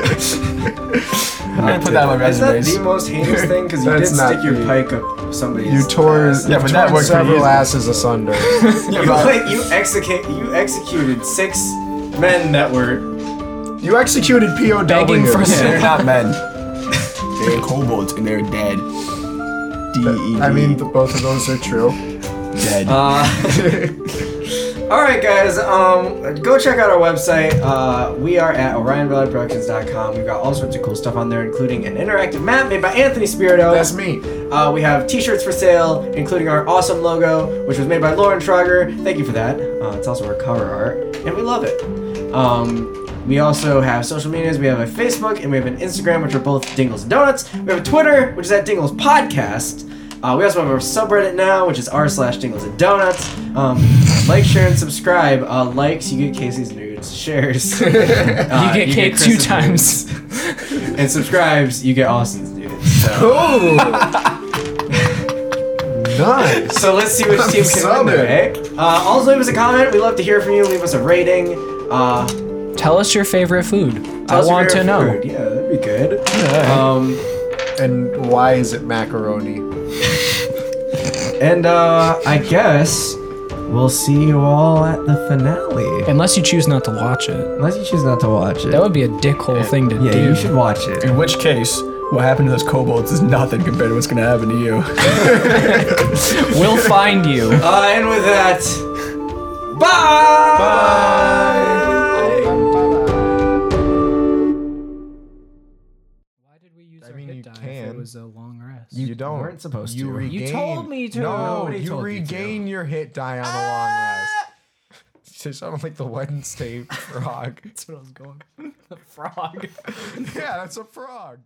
I'm gonna put that on my Is that the resume. most heinous thing? Because you did That's not stick your the- pike up somebody's. You tore, ass. yeah, but that worked pretty several easy. asses asunder. Yeah, You, but- like, you execute. You executed six men that were. you executed POWs. Begging for They're not men. They're kobolds and they're dead. D E. I mean, th- both of those are true. dead. All right, guys. Um, go check out our website. Uh, we are at OrionValleyProductions.com. We've got all sorts of cool stuff on there, including an interactive map made by Anthony Spirito. That's me. Uh, we have T-shirts for sale, including our awesome logo, which was made by Lauren Schrager. Thank you for that. Uh, it's also our cover art, and we love it. Um, we also have social medias. We have a Facebook and we have an Instagram, which are both Dingles and Donuts. We have a Twitter, which is at Dingles Podcast. Uh, we also have our subreddit now, which is r slash Dingles and Donuts. Um, like, share, and subscribe. Uh, likes, you get Casey's nudes. Shares, uh, you get kicked two Chris's nudes. times. And subscribes, you get Austin's nudes. So. Nice. So let's see which team can win Solid. there, eh? Uh, also, leave us a comment. We love to hear from you. Leave us a rating. Uh, Tell us your favorite food. tell I us your want to favorite know. food. Yeah, that'd be good. Um, And why is it macaroni? and uh, I guess we'll see you all at the finale. Unless you choose not to watch it. Unless you choose not to watch it. That would be a dickhole thing to yeah, do. you should watch it. In which case, what happened to those kobolds is nothing compared to what's gonna happen to you. We'll find you. Uh, and with that, Bye. bye! Why did we use I our mean, hit you die if it can. was a long rest? You don't. weren't supposed You to. regain. You told me to. No, Nobody you told you to. Ah! regain your hit die on a long rest. You sound like the Wednesday frog. That's what I was going. the frog. yeah, that's a frog.